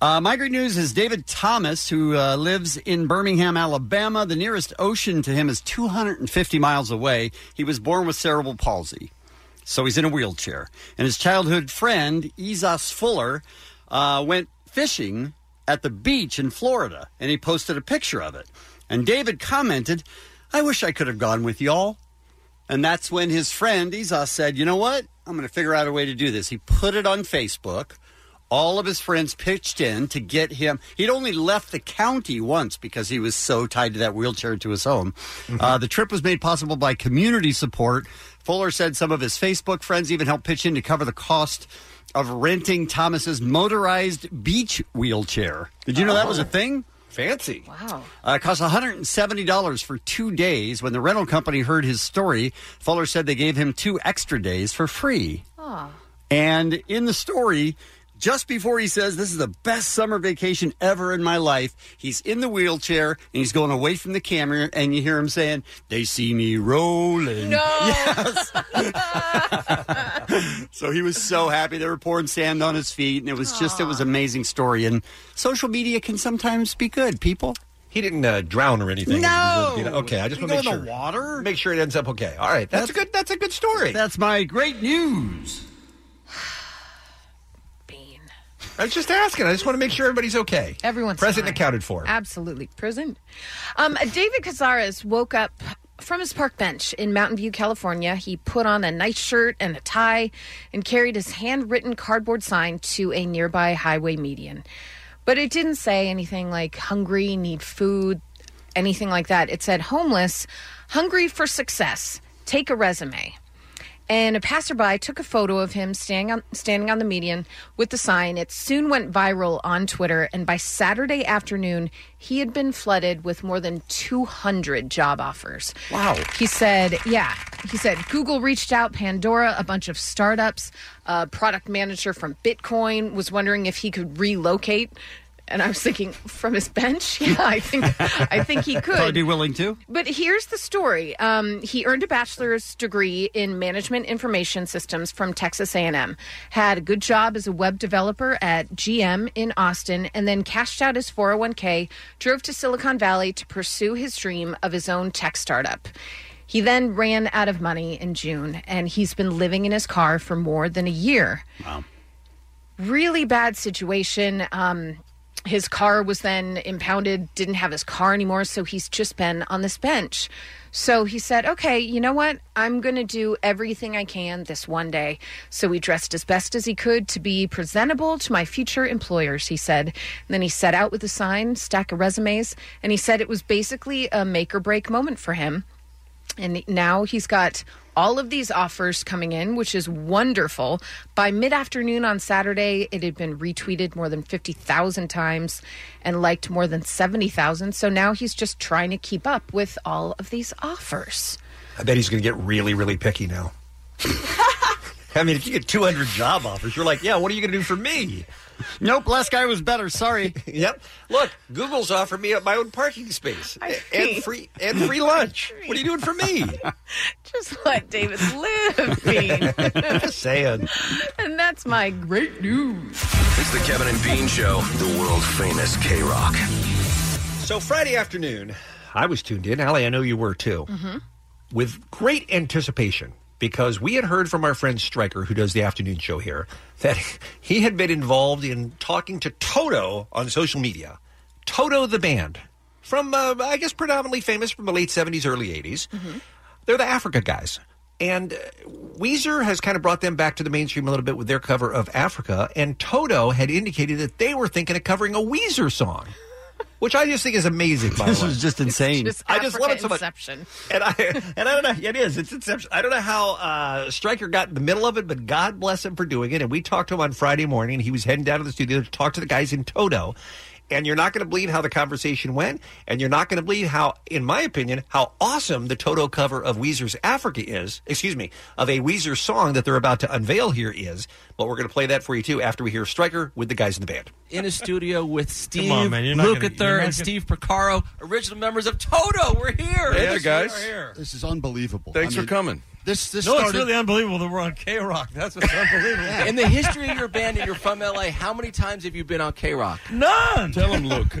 [SPEAKER 11] Uh, my great news is David Thomas, who uh, lives in Birmingham, Alabama. The nearest ocean to him is 250 miles away. He was born with cerebral palsy, so he's in a wheelchair. And his childhood friend, Izas Fuller, uh, went fishing at the beach in Florida, and he posted a picture of it. And David commented, I wish I could have gone with y'all. And that's when his friend Esau said, "You know what? I'm going to figure out a way to do this." He put it on Facebook. All of his friends pitched in to get him. He'd only left the county once because he was so tied to that wheelchair to his home. Uh, the trip was made possible by community support. Fuller said some of his Facebook friends even helped pitch in to cover the cost of renting Thomas's motorized beach wheelchair. Did you know that was a thing?
[SPEAKER 12] Fancy.
[SPEAKER 13] Wow.
[SPEAKER 11] Uh, it cost $170 for two days. When the rental company heard his story, Fuller said they gave him two extra days for free.
[SPEAKER 13] Oh.
[SPEAKER 11] And in the story, just before he says, This is the best summer vacation ever in my life, he's in the wheelchair and he's going away from the camera, and you hear him saying, They see me rolling.
[SPEAKER 17] No.
[SPEAKER 11] Yes. so he was so happy. They were pouring sand on his feet, and it was just, it was an amazing story. And social media can sometimes be good, people.
[SPEAKER 12] He didn't uh, drown or anything.
[SPEAKER 11] No.
[SPEAKER 12] You know, Okay, I just
[SPEAKER 11] You
[SPEAKER 12] want to make
[SPEAKER 11] go in
[SPEAKER 12] sure.
[SPEAKER 11] the water.
[SPEAKER 12] Make sure it ends up okay. All right, that's, a good. That's a good story.
[SPEAKER 11] That's my great news.
[SPEAKER 12] I was just asking. I just want to make sure everybody's okay.
[SPEAKER 13] Everyone's
[SPEAKER 12] present
[SPEAKER 13] fine.
[SPEAKER 12] and accounted for.
[SPEAKER 13] Absolutely. Prison. Um, David Cazares woke up From his park bench in Mountain View, California, he put on a nice shirt and a tie and carried his handwritten cardboard sign to a nearby highway median. But it didn't say anything like hungry, need food, anything like that. It said homeless, hungry for success, take a resume. And a passerby took a photo of him standing on, standing on the median with the sign. It soon went viral on Twitter. And by Saturday afternoon, he had been flooded with more than 200 job offers.
[SPEAKER 12] Wow.
[SPEAKER 13] He said, yeah. He said, Google reached out, Pandora, a bunch of startups, a product manager from Bitcoin was wondering if he could relocate. And I was thinking, from his bench? Yeah, I think, I think he could.
[SPEAKER 11] I'd be willing to.
[SPEAKER 13] But here's the story. Um, he earned a bachelor's degree in management information systems from Texas A&M. Had a good job as a web developer at GM in Austin, and then cashed out his 401k. Drove to Silicon Valley to pursue his dream of his own tech startup. He then ran out of money in June, and he's been living in his car for more than a year.
[SPEAKER 11] Wow.
[SPEAKER 13] Really bad situation. Um, his car was then impounded, didn't have his car anymore, so he's just been on this bench. So he said, Okay, you know what? I'm going to do everything I can this one day. So he dressed as best as he could to be presentable to my future employers, he said. And then he set out with a sign, stack of resumes, and he said it was basically a make or break moment for him. And now he's got all of these offers coming in, which is wonderful. By mid afternoon on Saturday, it had been retweeted more than 50,000 times and liked more than 70,000. So now he's just trying to keep up with all of these offers.
[SPEAKER 12] I bet he's going to get really, really picky now. I mean, if you get 200 job offers, you're like, yeah, what are you going to do for me?
[SPEAKER 11] Nope, last guy was better. Sorry.
[SPEAKER 12] yep. Look, Google's offered me my own parking space and free and free lunch. What are you doing for me?
[SPEAKER 13] Just let David live, Bean.
[SPEAKER 12] Just saying.
[SPEAKER 13] and that's my great news.
[SPEAKER 3] It's the Kevin and Bean Show, the world famous K Rock.
[SPEAKER 12] So Friday afternoon, I was tuned in. Allie, I know you were too.
[SPEAKER 13] Mm-hmm.
[SPEAKER 12] with great anticipation because we had heard from our friend Stryker, who does the afternoon show here, that he had been involved in talking to Toto on social media. Toto, the band, from, uh, I guess, predominantly famous from the late 70s, early 80s. They're the Africa guys. And uh, Weezer has kind of brought them back to the mainstream a little bit with their cover of Africa. And Toto had indicated that they were thinking of covering a Weezer song, which I just think is amazing. By
[SPEAKER 11] This
[SPEAKER 12] the way.
[SPEAKER 11] is just insane.
[SPEAKER 12] I just love it so much.
[SPEAKER 13] Inception.
[SPEAKER 12] And I and I don't know. It is. It's inception. I don't know how uh, Stryker got in the middle of it, but God bless him for doing it. And we talked to him on Friday morning. He was heading down to the studio to talk to the guys in Toto. And you're not going to believe how the conversation went. And you're not going to believe how, in my opinion, how awesome the Toto cover of Weezer's Africa is. Excuse me, of a Weezer song that they're about to unveil here is. But we're going to play that for you too after we hear Stryker with the guys in the band.
[SPEAKER 19] in a studio with Steve
[SPEAKER 12] on, man, you're not gonna-
[SPEAKER 19] Lukather
[SPEAKER 12] you're not gonna-
[SPEAKER 19] and Steve Picaro, original members of Toto. We're here.
[SPEAKER 20] Hey,
[SPEAKER 19] We're
[SPEAKER 20] guys.
[SPEAKER 19] here.
[SPEAKER 20] This is unbelievable.
[SPEAKER 19] Thanks for coming.
[SPEAKER 20] This this
[SPEAKER 19] No, it's
[SPEAKER 20] started
[SPEAKER 19] really
[SPEAKER 20] unbelievable that we're on K Rock. That's what's unbelievable.
[SPEAKER 19] In the history of your band, and you're from LA, how many times have you been on K Rock?
[SPEAKER 20] None.
[SPEAKER 19] Tell him, Luke.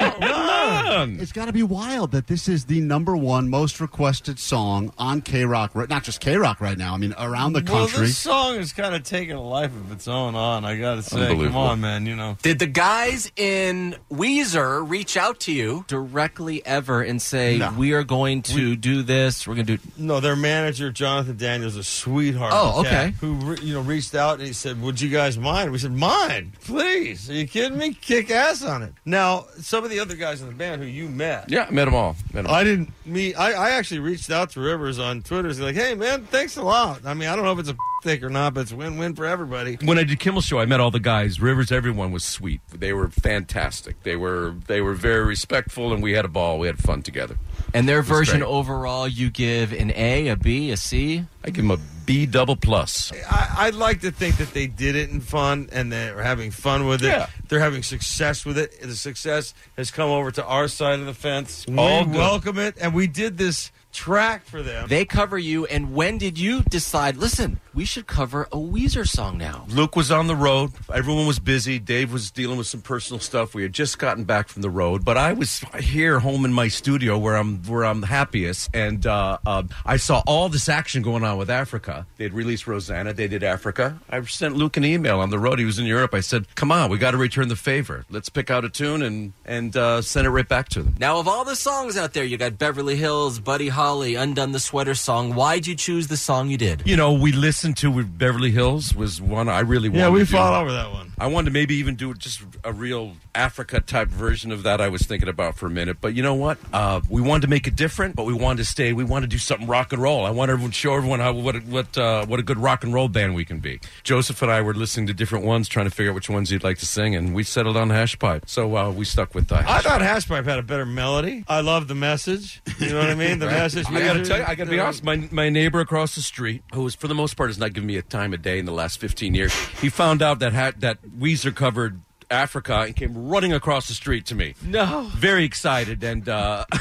[SPEAKER 20] It's got to be wild that this is the number one most requested song on K Rock, not just K Rock right now. I mean, around the
[SPEAKER 21] Well,
[SPEAKER 20] country.
[SPEAKER 21] this song is kind of taking a life of its own on, I got to say. Come
[SPEAKER 20] Unbelievable.
[SPEAKER 21] on, man, you know.
[SPEAKER 19] Did the guys in Weezer reach out to you directly ever and say, we are going to do this, we're going to do...
[SPEAKER 21] No, their manager Jonathan Daniels, a sweetheart.
[SPEAKER 19] Oh,
[SPEAKER 21] cat,
[SPEAKER 19] okay.
[SPEAKER 21] Who re- you know reached out and he said, "Would you guys mind?" We said, "Mind, please." Are you kidding me? Kick ass on it. Now, some of the other guys in the band who you met.
[SPEAKER 20] Yeah, met 'em all. Met 'em all.
[SPEAKER 21] I didn't meet. I, I actually reached out to Rivers on Twitter. He's like, "Hey, man, thanks a lot." I mean, I don't know if it's a thick or not, but it's win-win for everybody.
[SPEAKER 22] when I did Kimmel show, I met all the guys. Rivers, everyone was sweet. They were fantastic. They were they were very respectful, and we had a ball. We had fun together.
[SPEAKER 19] And their
[SPEAKER 22] It was
[SPEAKER 19] version
[SPEAKER 22] great.
[SPEAKER 19] overall, you give an A, a B, a C?
[SPEAKER 22] I give them a B double plus.
[SPEAKER 21] I, I'd like to think that they did it in fun and they're having fun with it.
[SPEAKER 22] Yeah.
[SPEAKER 21] They're having success with it. The success has come over to our side of the fence.
[SPEAKER 19] All
[SPEAKER 21] we
[SPEAKER 19] good.
[SPEAKER 21] welcome it, and we did this track for them.
[SPEAKER 19] They cover you, and when did you decide, listen, we should cover a Weezer song now?
[SPEAKER 22] Luke was on the road. Everyone was busy. Dave was dealing with some personal stuff. We had just gotten back from the road, but I was here home in my studio where I'm where I'm happiest. And uh, uh, I saw all this action going on with Africa. They'd released Rosanna. They did Africa. I sent Luke an email on the road. He was in Europe. I said, "Come on, we got to return the favor. Let's pick out a tune and and uh, send it right back to them."
[SPEAKER 19] Now, of all the songs out there, you got Beverly Hills, Buddy Holly, Dolly, Undone the Sweater song. Why'd you choose the song you did?
[SPEAKER 22] You know, we listened to with Beverly Hills was one I really wanted.
[SPEAKER 21] Yeah, we
[SPEAKER 22] to do.
[SPEAKER 21] fought over that one.
[SPEAKER 22] I wanted to maybe even do just a real Africa type version of that. I was thinking about for a minute, but you know what? Uh, we wanted to make it different, but we wanted to stay. We wanted to do something rock and roll. I want everyone show everyone how what a- what uh, what a good rock and roll band we can be. Joseph and I were listening to different ones, trying to figure out which ones he'd like to sing, and we settled on Hash Pipe. So uh, we stuck with that.
[SPEAKER 21] I thought Hashpipe had a better melody. I love the message. You know what I mean? The
[SPEAKER 22] Right.
[SPEAKER 21] message.
[SPEAKER 22] I gotta
[SPEAKER 21] music.
[SPEAKER 22] tell you, I gotta be honest. My my neighbor across the street, who is for the most part has not given me a time of day in the last fifteen years, he found out that hat that Weezer covered Africa and came running across the street to me.
[SPEAKER 21] No.
[SPEAKER 22] very excited and. uh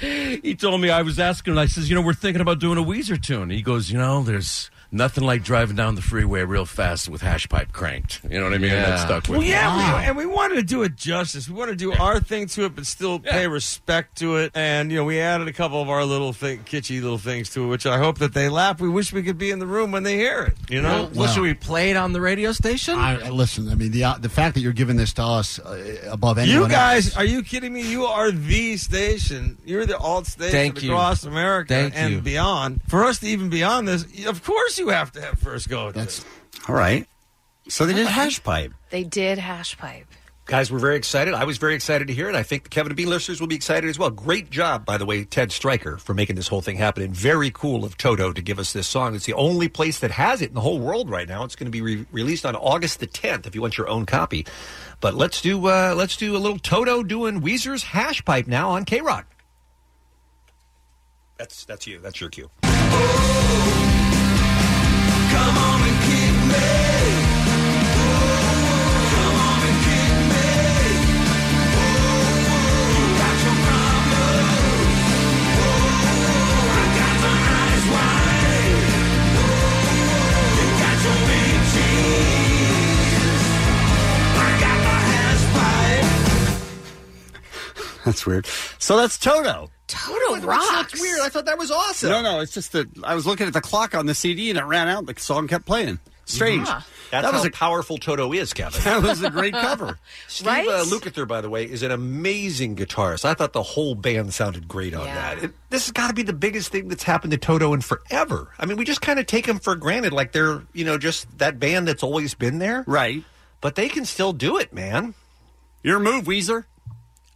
[SPEAKER 22] He told me I was asking him. I says, "You know, we're thinking about doing a Weezer tune." He goes, "You know, there's nothing like driving down the freeway real fast with hash pipe cranked." You know what I mean? And that stuck with
[SPEAKER 21] Well,
[SPEAKER 22] me.
[SPEAKER 21] yeah, we, and we wanted to do it justice. We wanted to do our thing to it, but still pay respect to it. And you know, we added a couple of our little thing, kitschy little things to it, which I hope that they laugh. We wish we could be in the room when they hear it. You
[SPEAKER 20] Well,
[SPEAKER 21] know,
[SPEAKER 20] Well- should
[SPEAKER 21] we play it on the radio station?
[SPEAKER 20] I, I- listen, I mean, the uh, the fact that you're giving this to us uh, above anyone
[SPEAKER 21] you guys,
[SPEAKER 20] else-
[SPEAKER 21] are you kidding me? You are the station. You're the alt station
[SPEAKER 20] Thank you.
[SPEAKER 21] across America
[SPEAKER 20] Thank
[SPEAKER 21] and
[SPEAKER 20] you.
[SPEAKER 21] beyond. For us to even be on this, of course you have to have first go. That's
[SPEAKER 11] All right. So they did hash pipe.
[SPEAKER 13] They did hash pipe.
[SPEAKER 12] Guys, we're very excited. I was very excited to hear it. I think the Kevin and Bean listeners will be excited as well. Great job, by the way, Ted Stryker, for making this whole thing happen. And very cool of Toto to give us this song. It's the only place that has it in the whole world right now. It's going to be re- released on August the 10th if you want your own copy. But let's do uh, let's do a little Toto doing Weezer's Hash Pipe now on K Rock. That's that's you. That's your cue.
[SPEAKER 11] That's weird. So that's Toto.
[SPEAKER 13] Toto rocks. That's weird.
[SPEAKER 12] I thought that was awesome.
[SPEAKER 11] No, no, it's just that I was looking at the clock on the CD and it ran out. The song kept playing. Strange.
[SPEAKER 12] Yeah. That's
[SPEAKER 11] that was
[SPEAKER 12] how
[SPEAKER 11] a
[SPEAKER 12] powerful Toto is, Kevin.
[SPEAKER 11] That was a great cover.
[SPEAKER 12] Steve uh, Lukather, by the way, is an amazing guitarist. I thought the whole band sounded great on that. It- this has got to be the biggest thing that's happened to Toto in forever. I mean, we just kind of take them for granted, like they're you know just that band that's always been there,
[SPEAKER 11] right?
[SPEAKER 12] But they can still do it, man.
[SPEAKER 11] Your move, Weezer.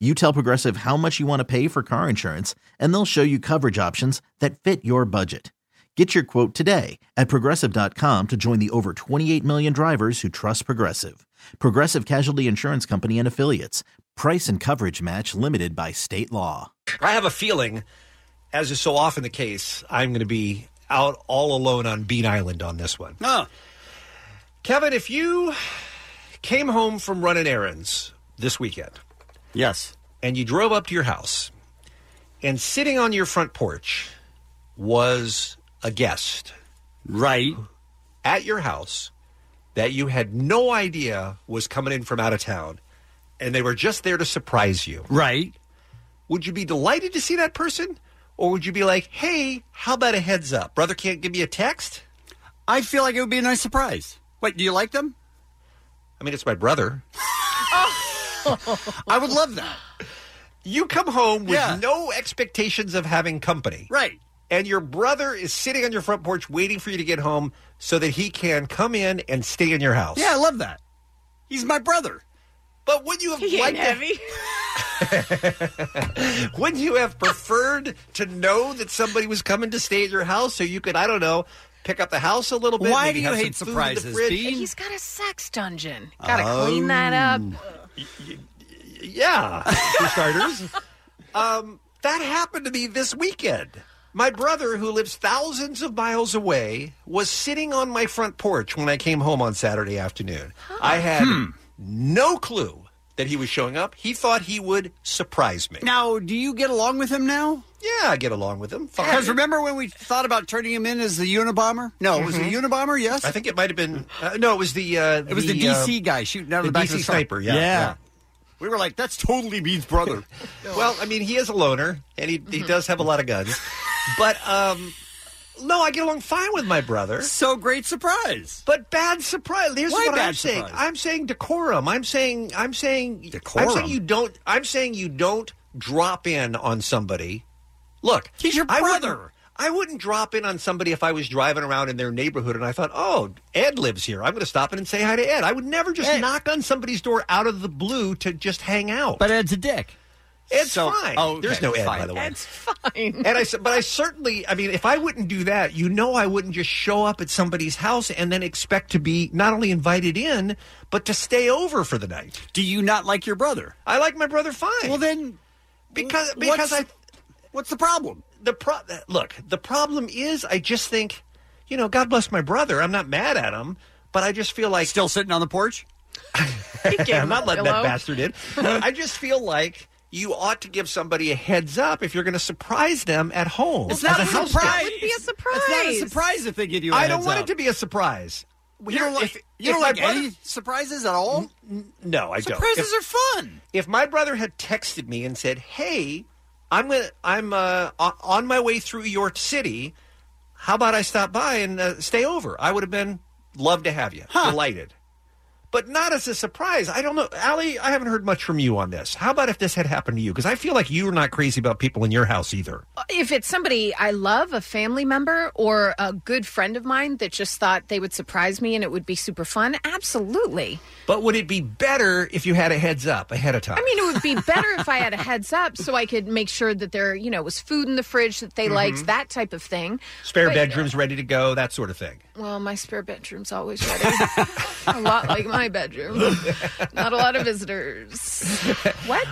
[SPEAKER 1] You tell Progressive how much you want to pay for car insurance, and they'll show you coverage options that fit your budget. Get your quote today at progressive.com to join the over 28 million drivers who trust Progressive. Progressive Casualty Insurance Company and Affiliates. Price and coverage match limited by state law.
[SPEAKER 12] I have a feeling, as is so often the case, I'm going to be out all alone on Bean Island on this one. Kevin, if you came home from running errands this weekend,
[SPEAKER 11] yes,
[SPEAKER 12] and you drove up to your house, and sitting on your front porch was a guest,
[SPEAKER 11] right,
[SPEAKER 12] at your house that you had no idea was coming in from out of town, and they were just there to surprise you,
[SPEAKER 11] right?
[SPEAKER 12] Would you be delighted to see that person, or would you be like, "Hey, how about a heads up, brother? Can't give me a text."
[SPEAKER 11] I feel like it would be a nice surprise. Wait, do you like them?
[SPEAKER 12] I mean, it's my brother.
[SPEAKER 11] I would love that.
[SPEAKER 12] You come home with no expectations of having company.
[SPEAKER 11] Right.
[SPEAKER 12] And your brother is sitting on your front porch waiting for you to get home so that he can come in and stay in your house.
[SPEAKER 11] Yeah, I love that. He's my brother.
[SPEAKER 12] But would you have
[SPEAKER 14] He ain't
[SPEAKER 12] liked to-
[SPEAKER 14] heavy.
[SPEAKER 12] Wouldn't you have preferred to know that somebody was coming to stay at your house so you could, I don't know, pick up the house a little bit.
[SPEAKER 11] Why
[SPEAKER 12] maybe
[SPEAKER 11] do you
[SPEAKER 12] have some
[SPEAKER 11] hate
[SPEAKER 12] food in the
[SPEAKER 11] surprises,
[SPEAKER 12] fridge.
[SPEAKER 13] He's got a sex dungeon. Gotta
[SPEAKER 12] Oh.
[SPEAKER 13] clean that up.
[SPEAKER 12] Yeah, for starters. um, that happened to me this weekend. My brother, who lives thousands of miles away, was sitting on my front porch when I came home on Saturday afternoon. I had
[SPEAKER 11] Hmm.
[SPEAKER 12] no clue that he was showing up. He thought he would surprise me.
[SPEAKER 11] Now, do you get along with him now?
[SPEAKER 12] Yeah, I get along with him. Fine.
[SPEAKER 11] Because remember when we thought about turning him in as the Unabomber? No, it was the
[SPEAKER 12] Mhm.
[SPEAKER 11] Unabomber. Yes,
[SPEAKER 12] I think it might have been. Uh, no, it was the. Uh,
[SPEAKER 11] it was the, DC guy shooting out of the,
[SPEAKER 12] DC
[SPEAKER 11] back of the truck.
[SPEAKER 12] sniper. Yeah,
[SPEAKER 11] We were like, that's totally Bean's brother. Mm-hmm.
[SPEAKER 12] well, I mean, he is a loner, and he, he does have a lot of guns. But um, no, I get along fine with my brother.
[SPEAKER 11] So great surprise,
[SPEAKER 12] but bad surprise. Here's
[SPEAKER 23] Why
[SPEAKER 12] what I'm
[SPEAKER 23] bad
[SPEAKER 12] saying.
[SPEAKER 23] surprise?
[SPEAKER 12] I'm saying decorum. I'm saying I'm saying
[SPEAKER 23] Decorum?
[SPEAKER 12] I'm saying you don't. I'm saying you don't drop in on somebody. Look, he's your I wouldn't, I wouldn't drop in on somebody if I was driving around in their neighborhood and I thought, oh, Ed lives here. I'm going to stop in and say hi to Ed. I would never just knock on somebody's door out of the blue to just hang out. But
[SPEAKER 11] Ed's a dick.
[SPEAKER 12] Ed's
[SPEAKER 11] So-
[SPEAKER 12] fine.
[SPEAKER 11] oh, okay,
[SPEAKER 12] There's no Ed,
[SPEAKER 11] fine.
[SPEAKER 12] by the way.
[SPEAKER 13] Ed's fine.
[SPEAKER 12] And I, s- but I certainly, I mean, if I wouldn't do that, you know, I wouldn't just show up at somebody's house and then expect to be not only invited in, but to stay over for the night.
[SPEAKER 11] Do you not like your brother?
[SPEAKER 12] I like my brother fine. Well,
[SPEAKER 11] then
[SPEAKER 12] because
[SPEAKER 11] wh-
[SPEAKER 12] because
[SPEAKER 11] what's-
[SPEAKER 12] I,
[SPEAKER 11] what's the problem?
[SPEAKER 12] The pro, look, the problem is, I just think, you know, God bless my brother. I'm not mad at him, but I just feel like
[SPEAKER 11] still sitting on the porch.
[SPEAKER 12] I'm not
[SPEAKER 23] a
[SPEAKER 12] letting
[SPEAKER 23] pillow.
[SPEAKER 12] that bastard in. I just feel like. You ought to give somebody a heads up if you're going to surprise them at home.
[SPEAKER 11] It's not
[SPEAKER 12] As
[SPEAKER 11] a
[SPEAKER 12] house
[SPEAKER 11] surprise.
[SPEAKER 12] guest.
[SPEAKER 11] It's- It's not a surprise if they give you. I
[SPEAKER 12] I don't want it to be a surprise.
[SPEAKER 11] You don't like,
[SPEAKER 12] If- if
[SPEAKER 11] you don't
[SPEAKER 12] my
[SPEAKER 11] like
[SPEAKER 12] brother-
[SPEAKER 11] any surprises at all.
[SPEAKER 12] No, I
[SPEAKER 11] Surprises
[SPEAKER 12] don't.
[SPEAKER 11] are fun.
[SPEAKER 12] If my brother had texted me and said, "Hey, I'm gonna, I'm uh, o- on my way through your city. How about I stop by and uh, stay over?" I would have been love to have you, delighted. But not as a surprise. I don't know, Allie. I haven't heard much from you on this. How about if this had happened to you? Because I feel like you are not crazy about people in your house either.
[SPEAKER 13] If it's somebody I love, a family member, or a good friend of mine that just thought they would surprise me and it would be super fun, absolutely.
[SPEAKER 12] But would it be better if you had a heads up ahead of time?
[SPEAKER 13] I mean, it would be better if I had a heads up so I could make sure that there, you know, was food in the fridge that they liked,
[SPEAKER 12] Mhm.
[SPEAKER 13] that type of thing.
[SPEAKER 12] Spare
[SPEAKER 13] But-
[SPEAKER 12] bedrooms ready to go, that sort of thing.
[SPEAKER 13] Well, my spare bedroom's always ready. a lot like my bedroom. Not a lot of visitors. What?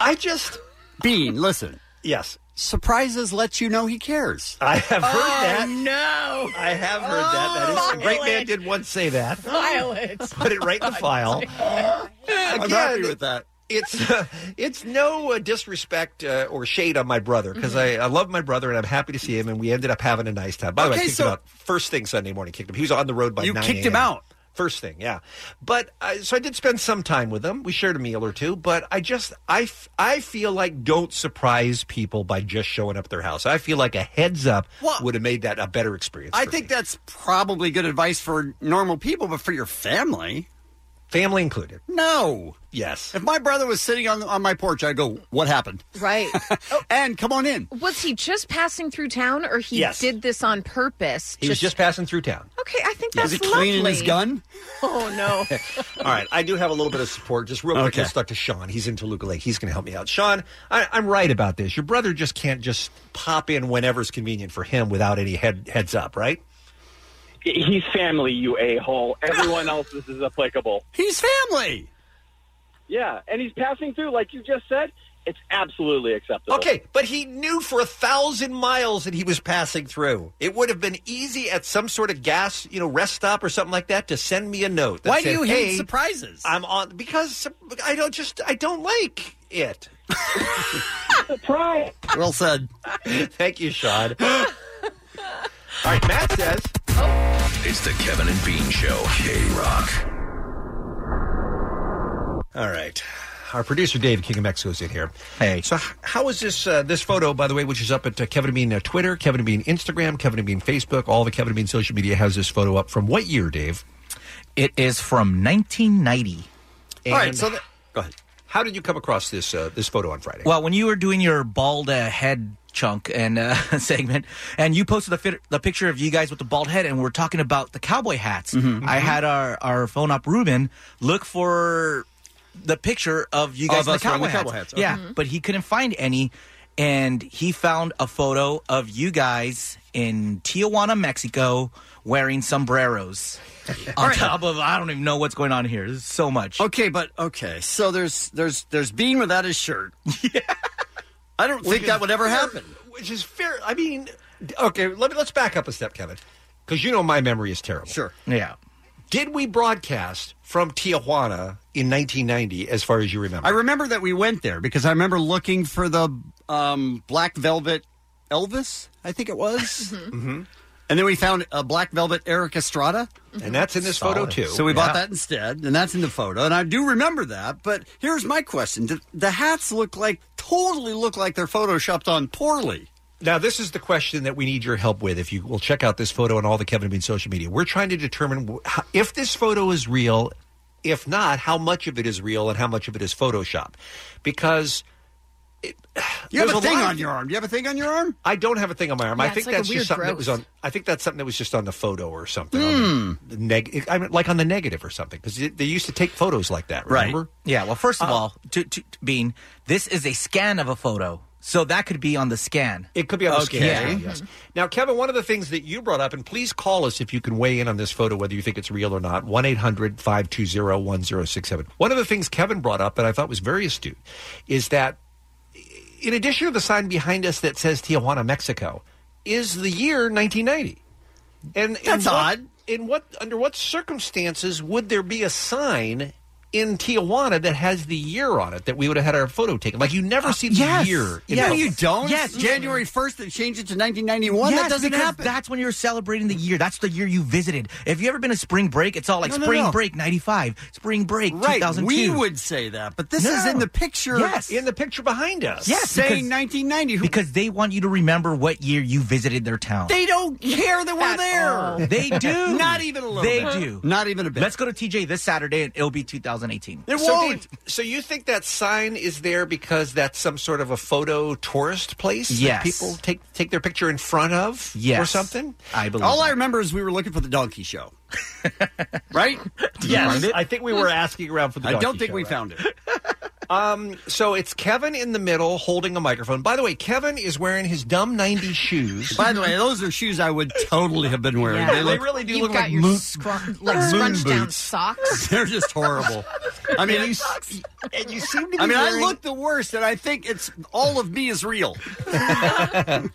[SPEAKER 12] I just
[SPEAKER 11] Bean, listen.
[SPEAKER 12] Yes.
[SPEAKER 11] Surprises lets you know he cares.
[SPEAKER 12] I have heard
[SPEAKER 11] Oh,
[SPEAKER 12] that.
[SPEAKER 13] No.
[SPEAKER 12] I have heard that. That is a great man did once say that.
[SPEAKER 13] File it.
[SPEAKER 12] Put it right in the file.
[SPEAKER 11] I'm
[SPEAKER 12] Again,
[SPEAKER 11] happy with that.
[SPEAKER 12] It's uh, it's no uh, disrespect uh, or shade on my brother because
[SPEAKER 11] Mm-hmm.
[SPEAKER 12] I, I love my brother and I'm happy to see him and we ended up having a nice time. By the way, I
[SPEAKER 11] Okay,
[SPEAKER 12] kicked
[SPEAKER 11] so-
[SPEAKER 12] him out first thing Sunday morning. Kicked him. He was on the road by
[SPEAKER 11] You
[SPEAKER 12] 9
[SPEAKER 11] kicked him
[SPEAKER 12] a.m.
[SPEAKER 11] out?
[SPEAKER 12] First thing, yeah. But uh, so I did spend some time with him. We shared a meal or two, but I just I f- I feel like don't surprise people by just showing up at their house. I feel like a heads up would have made that a better experience.
[SPEAKER 11] I think that's probably good advice for normal people, but for your family,
[SPEAKER 12] family included.
[SPEAKER 11] No.
[SPEAKER 12] Yes.
[SPEAKER 11] If my brother was sitting on on my porch, I'd go, "What happened?"
[SPEAKER 13] Right.
[SPEAKER 11] and come on in.
[SPEAKER 13] Was he just passing through town or he
[SPEAKER 11] Yes.
[SPEAKER 13] did this on purpose?
[SPEAKER 12] He was just passing through town.
[SPEAKER 13] Okay, I think
[SPEAKER 12] Yeah.
[SPEAKER 13] that's
[SPEAKER 12] Was he cleaning
[SPEAKER 13] lovely.
[SPEAKER 12] his gun?
[SPEAKER 13] Oh, no.
[SPEAKER 12] All right, I do have a little bit of support. Just real quick,
[SPEAKER 11] Okay.
[SPEAKER 12] let's talk to Sean. He's in Toluca Lake. He's going to help me out. Sean, I, I'm right about this. Your brother just can't just pop in whenever's convenient for him without any head, heads up, right?
[SPEAKER 15] He's family, you a hole. Everyone else, this is applicable.
[SPEAKER 11] He's family.
[SPEAKER 15] Yeah, Uh, and he's passing through, like you just said. It's absolutely acceptable.
[SPEAKER 12] Okay, but he knew for a thousand miles that he was passing through. It would have been easy at some sort of gas, you know, rest stop or something like that to send me a note. that
[SPEAKER 11] Why
[SPEAKER 12] said,
[SPEAKER 11] do you
[SPEAKER 12] "Hey,
[SPEAKER 11] hate surprises?
[SPEAKER 12] I'm on because I don't just I don't like it.
[SPEAKER 15] Surprise!
[SPEAKER 11] Well said.
[SPEAKER 12] Thank you, Sean. All right, Matt says.
[SPEAKER 3] It's the Kevin and Bean Show. K Rock.
[SPEAKER 12] All right. Our producer Dave King of Mexico's in here. Hey. So h- how is this uh, this photo, by the way, which is up at uh, Kevin and Bean uh, Twitter, Kevin and Bean Instagram, Kevin and Bean Facebook, all the Kevin and Bean social media has this photo up from what year, Dave?
[SPEAKER 24] It is from 1990.
[SPEAKER 12] And go ahead. How did you come across this uh, this photo on Friday?
[SPEAKER 24] Well, when you were doing your bald uh, head chunk and uh, segment, and you posted the, fit- the picture of you guys with the bald head, and we're talking about the cowboy hats,
[SPEAKER 23] Mhm.
[SPEAKER 24] I had our, our phone up, Ruben, look for the picture of you
[SPEAKER 23] Of
[SPEAKER 24] guys in the
[SPEAKER 23] us wearing
[SPEAKER 24] cowboy
[SPEAKER 23] the
[SPEAKER 24] hats.
[SPEAKER 23] cowboy hats, okay.
[SPEAKER 24] Yeah,
[SPEAKER 23] Mhm.
[SPEAKER 24] but he couldn't find any, and he found a photo of you guys in Tijuana, Mexico, wearing sombreros. on top of I don't even know what's going on here. There's so much.
[SPEAKER 11] Okay, but okay. So there's there's there's Bean without his shirt. I don't think that would ever happen.
[SPEAKER 12] Which is fair. I mean, okay, let me, let's back up a step, Kevin, because you know my memory is terrible. Sure.
[SPEAKER 24] Yeah.
[SPEAKER 12] Did we broadcast from Tijuana in 1990, as far as you remember?
[SPEAKER 11] I remember that we went there because I remember looking for the um, black velvet Elvis, I think it was. mm-hmm. And then we found a black velvet Eric Estrada.
[SPEAKER 12] And that's in this photo, too.
[SPEAKER 11] So we bought
[SPEAKER 12] Yeah.
[SPEAKER 11] that instead, and that's in the photo. And I do remember that, but here's my question. The, the hats look like totally look like they're photoshopped on poorly.
[SPEAKER 12] Now, this is the question that we need your help with. If you will check out this photo on all the Kevin and Bean social media, we're trying to determine wh- how- if this photo is real. If not, how much of it is real and how much of it is Photoshop? Because
[SPEAKER 11] You have
[SPEAKER 12] There's
[SPEAKER 11] a
[SPEAKER 12] a
[SPEAKER 11] thing
[SPEAKER 12] lot of-
[SPEAKER 11] on your arm. Do you have a thing on your arm?
[SPEAKER 12] I don't have a thing on my arm.
[SPEAKER 11] Yeah,
[SPEAKER 12] I
[SPEAKER 11] it's
[SPEAKER 12] think
[SPEAKER 11] like a
[SPEAKER 12] that's
[SPEAKER 11] weird
[SPEAKER 12] just something that was
[SPEAKER 11] growth.
[SPEAKER 12] on. I think that's something that was just on the photo or something. on
[SPEAKER 11] Hmm.
[SPEAKER 12] the- the neg- I mean, like on the negative or something because they used to take photos like that. Remember?
[SPEAKER 24] Yeah. Well, first of
[SPEAKER 11] Uh,
[SPEAKER 24] all, to, to, to Bean, this is a scan of a photo, so that could be on the scan.
[SPEAKER 12] It could be on the
[SPEAKER 24] Okay.
[SPEAKER 12] scan.
[SPEAKER 24] Yeah.
[SPEAKER 12] Yes. Now, Kevin, one of the things that you brought up, and please call us if you can weigh in on this photo, whether you think it's real or not, 1 800 520 1067. One of the things Kevin brought up that I thought was very astute is that in addition to the sign behind us that says Tijuana, Mexico, is the year 1990. And in
[SPEAKER 11] That's
[SPEAKER 12] what-
[SPEAKER 11] odd.
[SPEAKER 12] In what under what circumstances would there be a sign in Tijuana that has the year on it that we would have had our photo taken? Like you never see the year. in
[SPEAKER 11] No,
[SPEAKER 12] photos.
[SPEAKER 11] Uh, you don't. Yes. January 1st, they changed it to 1991.
[SPEAKER 24] Yes,
[SPEAKER 11] that doesn't
[SPEAKER 24] because
[SPEAKER 11] happen.
[SPEAKER 24] That's when you're celebrating the year. That's the year you visited. If you ever been to spring break, it's all like
[SPEAKER 11] No, no,
[SPEAKER 24] spring
[SPEAKER 11] no.
[SPEAKER 24] break '95, spring break
[SPEAKER 11] Right.
[SPEAKER 24] 2002.
[SPEAKER 11] We would say that, but this is
[SPEAKER 24] No.
[SPEAKER 11] in the picture.
[SPEAKER 24] Yes.
[SPEAKER 12] In the picture behind us.
[SPEAKER 24] Yes,
[SPEAKER 11] Saying
[SPEAKER 24] because-
[SPEAKER 11] 1990. Who,
[SPEAKER 24] because they want you to remember what year you visited their town.
[SPEAKER 11] they don't care that we're there.
[SPEAKER 24] They do.
[SPEAKER 11] Not even a little
[SPEAKER 24] They
[SPEAKER 11] bit.
[SPEAKER 24] do.
[SPEAKER 11] Not even a bit.
[SPEAKER 24] Let's go to TJ this Saturday, and it'll be 2018.
[SPEAKER 12] so Dave, so you think that sign is there because that's some sort of a photo tourist place
[SPEAKER 11] Yes.
[SPEAKER 12] that people take take their picture in front of
[SPEAKER 11] Yes.
[SPEAKER 12] or something?
[SPEAKER 24] I
[SPEAKER 11] All I remember is we were looking for the donkey show. right?
[SPEAKER 12] you find it? I think we were asking around for the
[SPEAKER 11] I don't
[SPEAKER 12] donkey
[SPEAKER 11] think
[SPEAKER 12] show,
[SPEAKER 11] we
[SPEAKER 12] right?
[SPEAKER 11] found it.
[SPEAKER 12] Um, so it's Kevin in the middle holding a microphone. By the way, Kevin is wearing his dumb 90s shoes.
[SPEAKER 11] By the way, those are shoes I would totally have been wearing.
[SPEAKER 12] Yeah.
[SPEAKER 11] They,
[SPEAKER 12] They
[SPEAKER 11] look,
[SPEAKER 12] really do
[SPEAKER 13] You've
[SPEAKER 12] look
[SPEAKER 13] got
[SPEAKER 12] like
[SPEAKER 13] your
[SPEAKER 12] moon-
[SPEAKER 13] scrun-
[SPEAKER 11] moon
[SPEAKER 13] like scrunched down
[SPEAKER 11] boots.
[SPEAKER 13] socks.
[SPEAKER 11] they're just horrible. I mean, you, s-
[SPEAKER 12] and you seem to
[SPEAKER 11] I
[SPEAKER 12] be
[SPEAKER 11] mean, I
[SPEAKER 12] wearing-
[SPEAKER 11] look the worst, and I think it's all of me is real.
[SPEAKER 12] and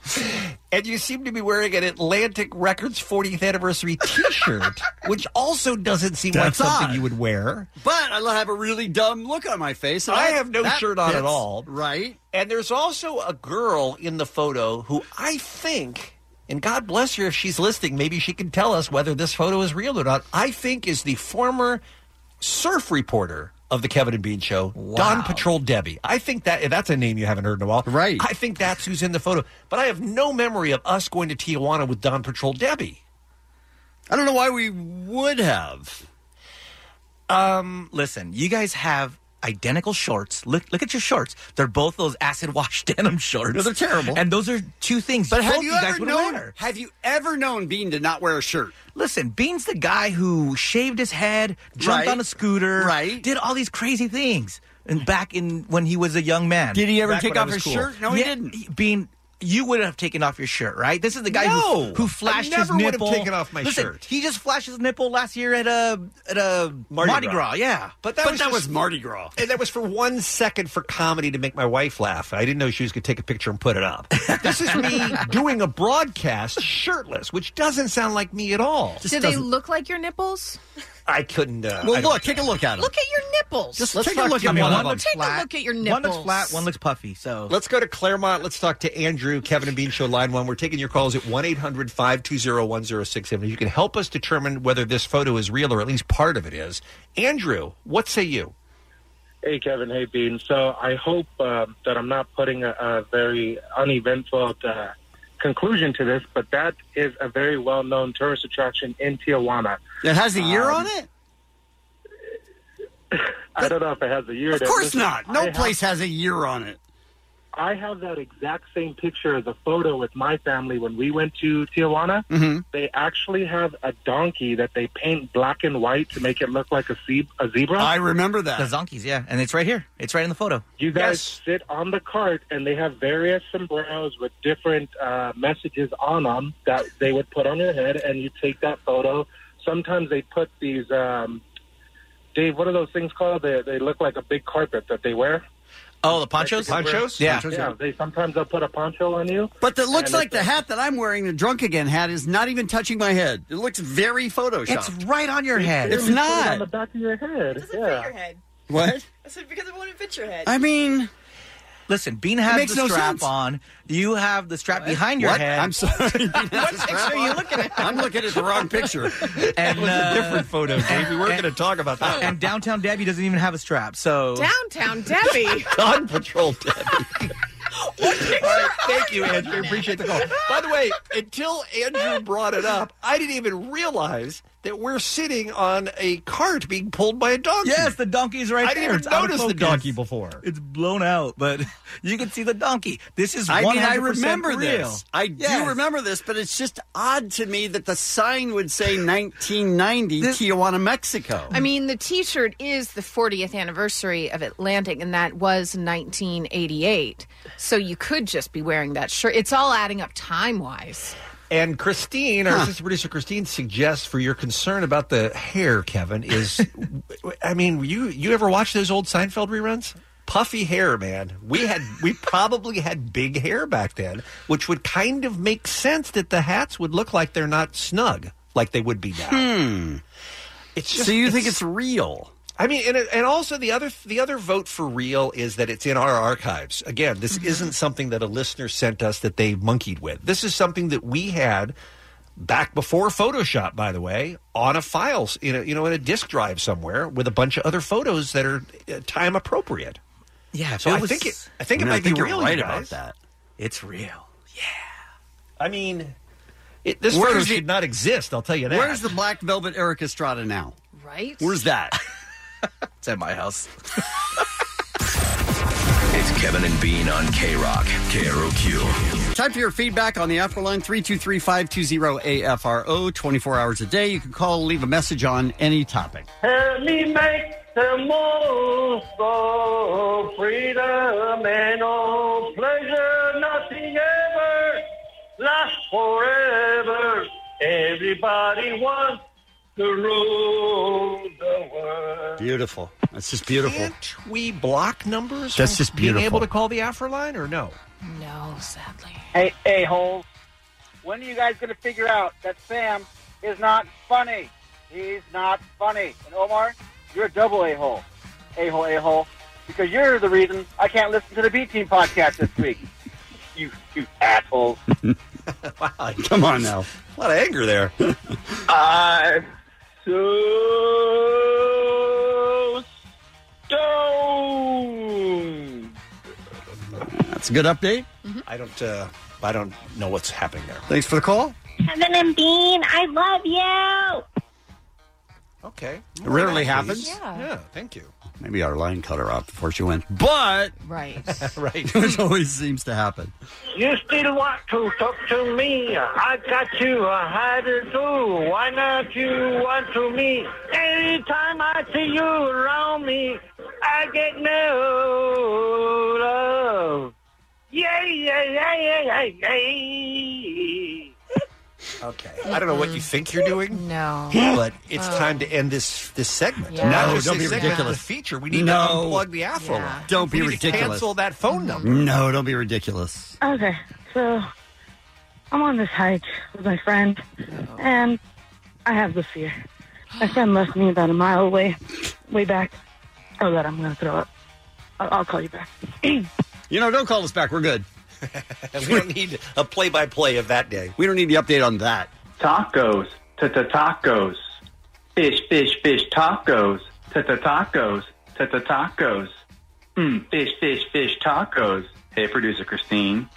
[SPEAKER 12] you seem to be wearing an Atlantic Records 40th anniversary T-shirt, which also doesn't seem
[SPEAKER 11] That's
[SPEAKER 12] like something
[SPEAKER 11] odd.
[SPEAKER 12] you would wear.
[SPEAKER 11] But I have a really dumb look on my face. and
[SPEAKER 12] I have no
[SPEAKER 11] that
[SPEAKER 12] shirt on at
[SPEAKER 11] fits,
[SPEAKER 12] all.
[SPEAKER 11] Right?
[SPEAKER 12] And there's also a girl in the photo who I think, and God bless her if she's listening, maybe she can tell us whether this photo is real or not. I think is the former surf reporter of the Kevin and Bean show, Don Patrol Debbie. I think that that's a name you haven't heard in a while. Right. I think that's who's in the photo. But I have no memory of us going to Tijuana with Don Patrol Debbie.
[SPEAKER 11] I don't know why we would have.
[SPEAKER 24] Um, listen, you guys have identical shorts. Look, look at your shorts. They're both those acid wash denim shorts.
[SPEAKER 11] No, they're terrible.
[SPEAKER 24] And those are two things.
[SPEAKER 11] But have
[SPEAKER 24] both
[SPEAKER 11] you,
[SPEAKER 24] guys
[SPEAKER 11] ever
[SPEAKER 24] would
[SPEAKER 11] known?
[SPEAKER 24] wear.
[SPEAKER 11] Have you ever known Bean to not wear a shirt?
[SPEAKER 24] Listen, Bean's the guy who shaved his head, jumped
[SPEAKER 11] Right.
[SPEAKER 24] on a scooter, right? Did all these crazy things. And back in when he was a young man,
[SPEAKER 11] Did he ever
[SPEAKER 24] Back
[SPEAKER 11] take
[SPEAKER 24] when I
[SPEAKER 11] off
[SPEAKER 24] was
[SPEAKER 11] his shirt? No, he didn't.
[SPEAKER 24] Bean, you would have taken off your shirt, right? This is the guy
[SPEAKER 12] No,
[SPEAKER 24] who, who flashed
[SPEAKER 12] I never
[SPEAKER 24] his
[SPEAKER 12] would have
[SPEAKER 24] nipple.
[SPEAKER 12] taken off my
[SPEAKER 24] Listen,
[SPEAKER 12] shirt.
[SPEAKER 24] He just flashed his nipple last year at a at a Mardi, Gras. yeah.
[SPEAKER 12] But that, was, just- And that was for one second for comedy to make my wife laugh. I didn't know she was going to take a picture and put it up. this is me doing a broadcast shirtless, which doesn't sound like me at all.
[SPEAKER 13] Do they look like your nipples?
[SPEAKER 12] I couldn't. Uh,
[SPEAKER 11] Well,
[SPEAKER 12] I don't-
[SPEAKER 11] look, take a look at him.
[SPEAKER 13] Look at your nipples.
[SPEAKER 11] Just Let's take a not look at give
[SPEAKER 24] I mean,
[SPEAKER 11] one
[SPEAKER 24] one,
[SPEAKER 11] of
[SPEAKER 24] looks
[SPEAKER 13] Take
[SPEAKER 24] flat.
[SPEAKER 13] a look at your
[SPEAKER 24] One
[SPEAKER 13] nipples.
[SPEAKER 24] looks flat. One looks puffy. So
[SPEAKER 12] Let's go to Claremont. Let's talk to Andrew, Kevin and Bean Show, line one. We're taking your calls at 1 800 520 1067. You can help us determine whether this photo is real or at least part of it is. Andrew, what say you?
[SPEAKER 15] Hey, Kevin. Hey, Bean. So I hope uh, that I'm not putting a, a very uneventful uh, conclusion to this, but that is a very well known tourist attraction in Tijuana.
[SPEAKER 11] It has a year on
[SPEAKER 15] Um,
[SPEAKER 11] it.
[SPEAKER 15] I don't know if it has a year.
[SPEAKER 11] Of course not. No place has a year on it.
[SPEAKER 23] I have that exact same picture as a photo with my family when we went to Tijuana.
[SPEAKER 11] Mm-hmm.
[SPEAKER 3] Mhm.
[SPEAKER 23] They actually have a donkey that they paint black and white to make it look like a, ze- a zebra.
[SPEAKER 24] The Zonkies, yeah. And it's right here. It's right in the photo.
[SPEAKER 23] You guys sit on the cart, and they have various sombreros with different uh, messages on them that they would put on your head, and you take that photo. Sometimes they put these, um, Dave, what are those things called? They, they look like a big carpet that they wear.
[SPEAKER 24] Oh, the ponchos?
[SPEAKER 23] Like they can wear-
[SPEAKER 24] Yeah.
[SPEAKER 23] yeah. They sometimes they'll put a poncho on you.
[SPEAKER 11] But that looks
[SPEAKER 23] And
[SPEAKER 11] like
[SPEAKER 23] it's a-
[SPEAKER 11] the hat that I'm wearing, the drunk again hat, is not even touching my head. It looks very photoshopped.
[SPEAKER 24] It's right on your head.
[SPEAKER 11] It's
[SPEAKER 23] literally put it on
[SPEAKER 11] not.
[SPEAKER 23] the back of your head.
[SPEAKER 11] yeah.
[SPEAKER 25] Your head.
[SPEAKER 11] What?
[SPEAKER 25] I said because it won't fit your head.
[SPEAKER 11] mean,
[SPEAKER 24] listen, Bean
[SPEAKER 25] It
[SPEAKER 24] has
[SPEAKER 25] makes
[SPEAKER 24] the
[SPEAKER 25] no
[SPEAKER 24] strap
[SPEAKER 25] sense.
[SPEAKER 24] on. You have the strap behind your
[SPEAKER 11] What?
[SPEAKER 24] head.
[SPEAKER 11] I'm sorry. what
[SPEAKER 24] picture are you looking at?
[SPEAKER 11] I'm looking at the wrong picture.
[SPEAKER 24] And, uh,
[SPEAKER 11] photo, Dave. We weren't going to talk about
[SPEAKER 24] And downtown Debbie doesn't even have a strap. So
[SPEAKER 25] Downtown Debbie.
[SPEAKER 11] Dog Patrol Debbie.
[SPEAKER 3] All right, thank you, Andrew. Appreciate the call. By the way, until Andrew brought it up, I didn't even realize that we're sitting on a cart being pulled by a donkey.
[SPEAKER 24] Yes, the donkey's right
[SPEAKER 3] I didn't
[SPEAKER 24] there.
[SPEAKER 3] even
[SPEAKER 24] It's out of
[SPEAKER 3] notice the
[SPEAKER 24] focus.
[SPEAKER 3] donkey before.
[SPEAKER 24] It's blown out, but you can see the donkey. This is
[SPEAKER 11] I
[SPEAKER 24] 100%
[SPEAKER 11] mean, I remember
[SPEAKER 24] real.
[SPEAKER 11] this. I do remember this, but it's just odd to me that the sign would say 1990 Tijuana, Mexico.
[SPEAKER 13] I mean, the T-shirt is the 40th anniversary of Atlantic, and that was 1988. So you could just be wearing that shirt. It's all adding up time-wise.
[SPEAKER 12] And Christine, our assistant producer Christine, suggests for your concern about the hair, Kevin, is I mean, you you ever watch those old Seinfeld reruns? Puffy hair, man. We had we probably had big hair back then, which would kind of make sense that the hats would look like they're not snug like they would be now.
[SPEAKER 11] Hmm.
[SPEAKER 12] It's just,
[SPEAKER 11] so you think it's real?
[SPEAKER 12] I mean, and, it- and also the other the other vote for real is that it's in our archives. Again, this
[SPEAKER 11] Mm-hmm.
[SPEAKER 12] isn't something that a listener sent us that they monkeyed with. This is something that we had back before Photoshop, by the way, on a file, s- in a, you know, in a disk drive somewhere with a bunch of other photos that are uh, time appropriate.
[SPEAKER 24] Yeah,
[SPEAKER 12] so I think it. I think it might be real. you guys.
[SPEAKER 24] It's real.
[SPEAKER 12] I mean, it, this
[SPEAKER 11] Where's
[SPEAKER 12] photo
[SPEAKER 11] the-
[SPEAKER 12] should not exist. I'll tell you that.
[SPEAKER 11] Where's the Black Velvet Eric Estrada now?
[SPEAKER 13] Right?
[SPEAKER 11] Where's that?
[SPEAKER 24] it's at my house.
[SPEAKER 26] It's Kevin and Bean on K Rock, KROQ.
[SPEAKER 11] Time for your feedback on the Afro line 323 520 AFRO, 24 hours a day. You can call, leave a message on any topic.
[SPEAKER 3] Help me make the most of freedom and all pleasure. Nothing ever lasts forever. Everybody wants to rule the world.
[SPEAKER 11] Beautiful. That's just beautiful.
[SPEAKER 12] Can't we block numbers?
[SPEAKER 11] That's
[SPEAKER 12] from
[SPEAKER 11] just
[SPEAKER 12] Being
[SPEAKER 11] beautiful.
[SPEAKER 12] able to call the Afro line or no?
[SPEAKER 13] No, sadly.
[SPEAKER 7] Hey, hey, hole. When are you guys going to figure out that Sam is not funny? He's not funny. And Omar, you're a double a hole, a hole, a hole, because you're the reason I can't listen to the B Team podcast this week. you, you asshole.
[SPEAKER 11] Come on now.
[SPEAKER 12] A lot of anger there.
[SPEAKER 3] I'm so
[SPEAKER 9] Oh.
[SPEAKER 3] stoned.
[SPEAKER 11] That's a good update.
[SPEAKER 12] I don't. Uh, I don't know what's happening there.
[SPEAKER 11] Thanks for the call.
[SPEAKER 9] Kevin and Bean, I love you.
[SPEAKER 12] Okay.
[SPEAKER 11] It rarely happens.
[SPEAKER 12] Yeah. Thank you.
[SPEAKER 11] Maybe our line cut her off before she went. But
[SPEAKER 13] right,
[SPEAKER 12] right,
[SPEAKER 11] which always seems to happen.
[SPEAKER 3] You still want to talk to me? I got you a hiding too. Why not you want to me? Anytime I see you around me, I get no love. Yeah, yeah, yeah, yeah, yeah, yeah.
[SPEAKER 12] Okay. I don't know what you think you're doing.
[SPEAKER 13] No.
[SPEAKER 12] But it's
[SPEAKER 11] Oh.
[SPEAKER 12] time to end this this segment.
[SPEAKER 11] Yeah. No,
[SPEAKER 12] Not just
[SPEAKER 11] don't
[SPEAKER 12] this
[SPEAKER 11] be
[SPEAKER 12] segment,
[SPEAKER 11] ridiculous.
[SPEAKER 12] The feature. We need
[SPEAKER 11] No.
[SPEAKER 12] to unplug the Afro.
[SPEAKER 11] Yeah.
[SPEAKER 12] line.
[SPEAKER 11] Don't
[SPEAKER 12] We
[SPEAKER 11] be
[SPEAKER 12] need to
[SPEAKER 11] ridiculous.
[SPEAKER 12] cancel that phone number.
[SPEAKER 11] No, don't be ridiculous.
[SPEAKER 9] Okay, so I'm on this hike with my friend, and I have this fear. My friend left me about a mile away, way back. Oh God, I'm gonna throw up. I'll, I'll call you back.
[SPEAKER 11] You know, don't call us back. We're good.
[SPEAKER 12] we don't need a play-by-play of that day.
[SPEAKER 11] We don't need the update on that.
[SPEAKER 23] Tacos, ta ta tacos. Fish, fish, fish, tacos, ta ta tacos, ta ta tacos. Mm, fish, fish, fish, tacos. Hey, producer Christine.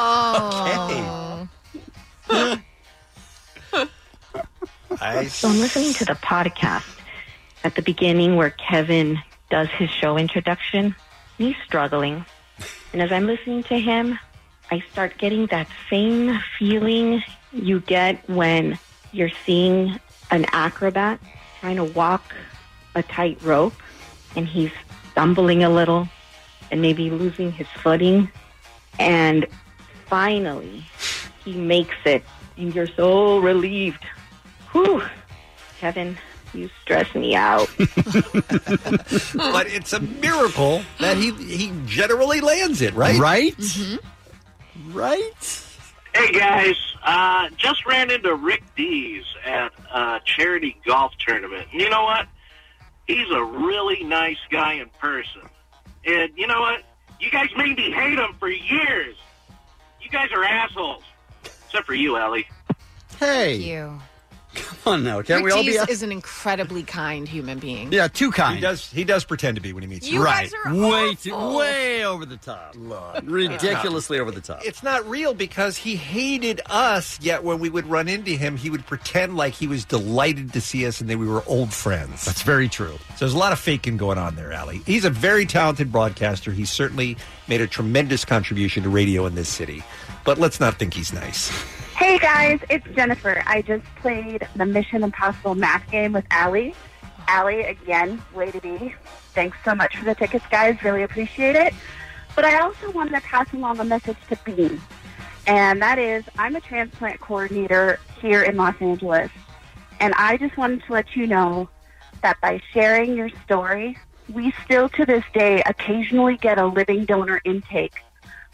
[SPEAKER 9] Oh. So I'm listening to the podcast at the beginning where Kevin does his show introduction. He's struggling.
[SPEAKER 27] And as I'm listening to him, I start getting that same feeling you get when you're seeing an acrobat trying to walk a tightrope and he's stumbling a little and maybe losing his footing. And finally, he makes it, and you're so relieved. Whew, Kevin, you stress me out.
[SPEAKER 12] but it's a miracle that he he generally lands it, right? Mm-hmm.
[SPEAKER 11] Right?
[SPEAKER 12] Right?
[SPEAKER 6] Hey guys, uh, just ran into Rick Dees at a charity golf tournament. And you know what? He's a really nice guy in person. And you know what? You guys made me hate him for years. You guys are assholes. Except for you, Ellie.
[SPEAKER 11] Hey.
[SPEAKER 13] Thank you.
[SPEAKER 11] Come on now. Can't
[SPEAKER 13] Rick
[SPEAKER 11] we all
[SPEAKER 13] Dees
[SPEAKER 11] be.
[SPEAKER 13] is an incredibly kind human being.
[SPEAKER 11] yeah, too kind.
[SPEAKER 12] He does he does pretend to be when he meets
[SPEAKER 13] You
[SPEAKER 11] right.
[SPEAKER 13] guys are
[SPEAKER 11] way, too,
[SPEAKER 12] awful.
[SPEAKER 11] way over the top. Ridiculously over the top.
[SPEAKER 12] It's not real because he hated us, yet when we would run into him, he would pretend like he was delighted to see us and that we were old friends. That's
[SPEAKER 11] very true.
[SPEAKER 12] So there's a lot of faking going on there, Allie. He's a very talented broadcaster. He certainly made a tremendous contribution to radio in this city. But let's not think he's nice.
[SPEAKER 28] Hey guys, it's Jennifer. I just played the Mission Impossible math game with Allie. Allie, again, way to be. Thanks so much for the tickets, guys. Really appreciate it. But I also wanted to pass along a message to Bean, and that is I'm a transplant coordinator here in Los Angeles, and I just wanted to let you know that by sharing your story, we still to this day occasionally get a living donor intake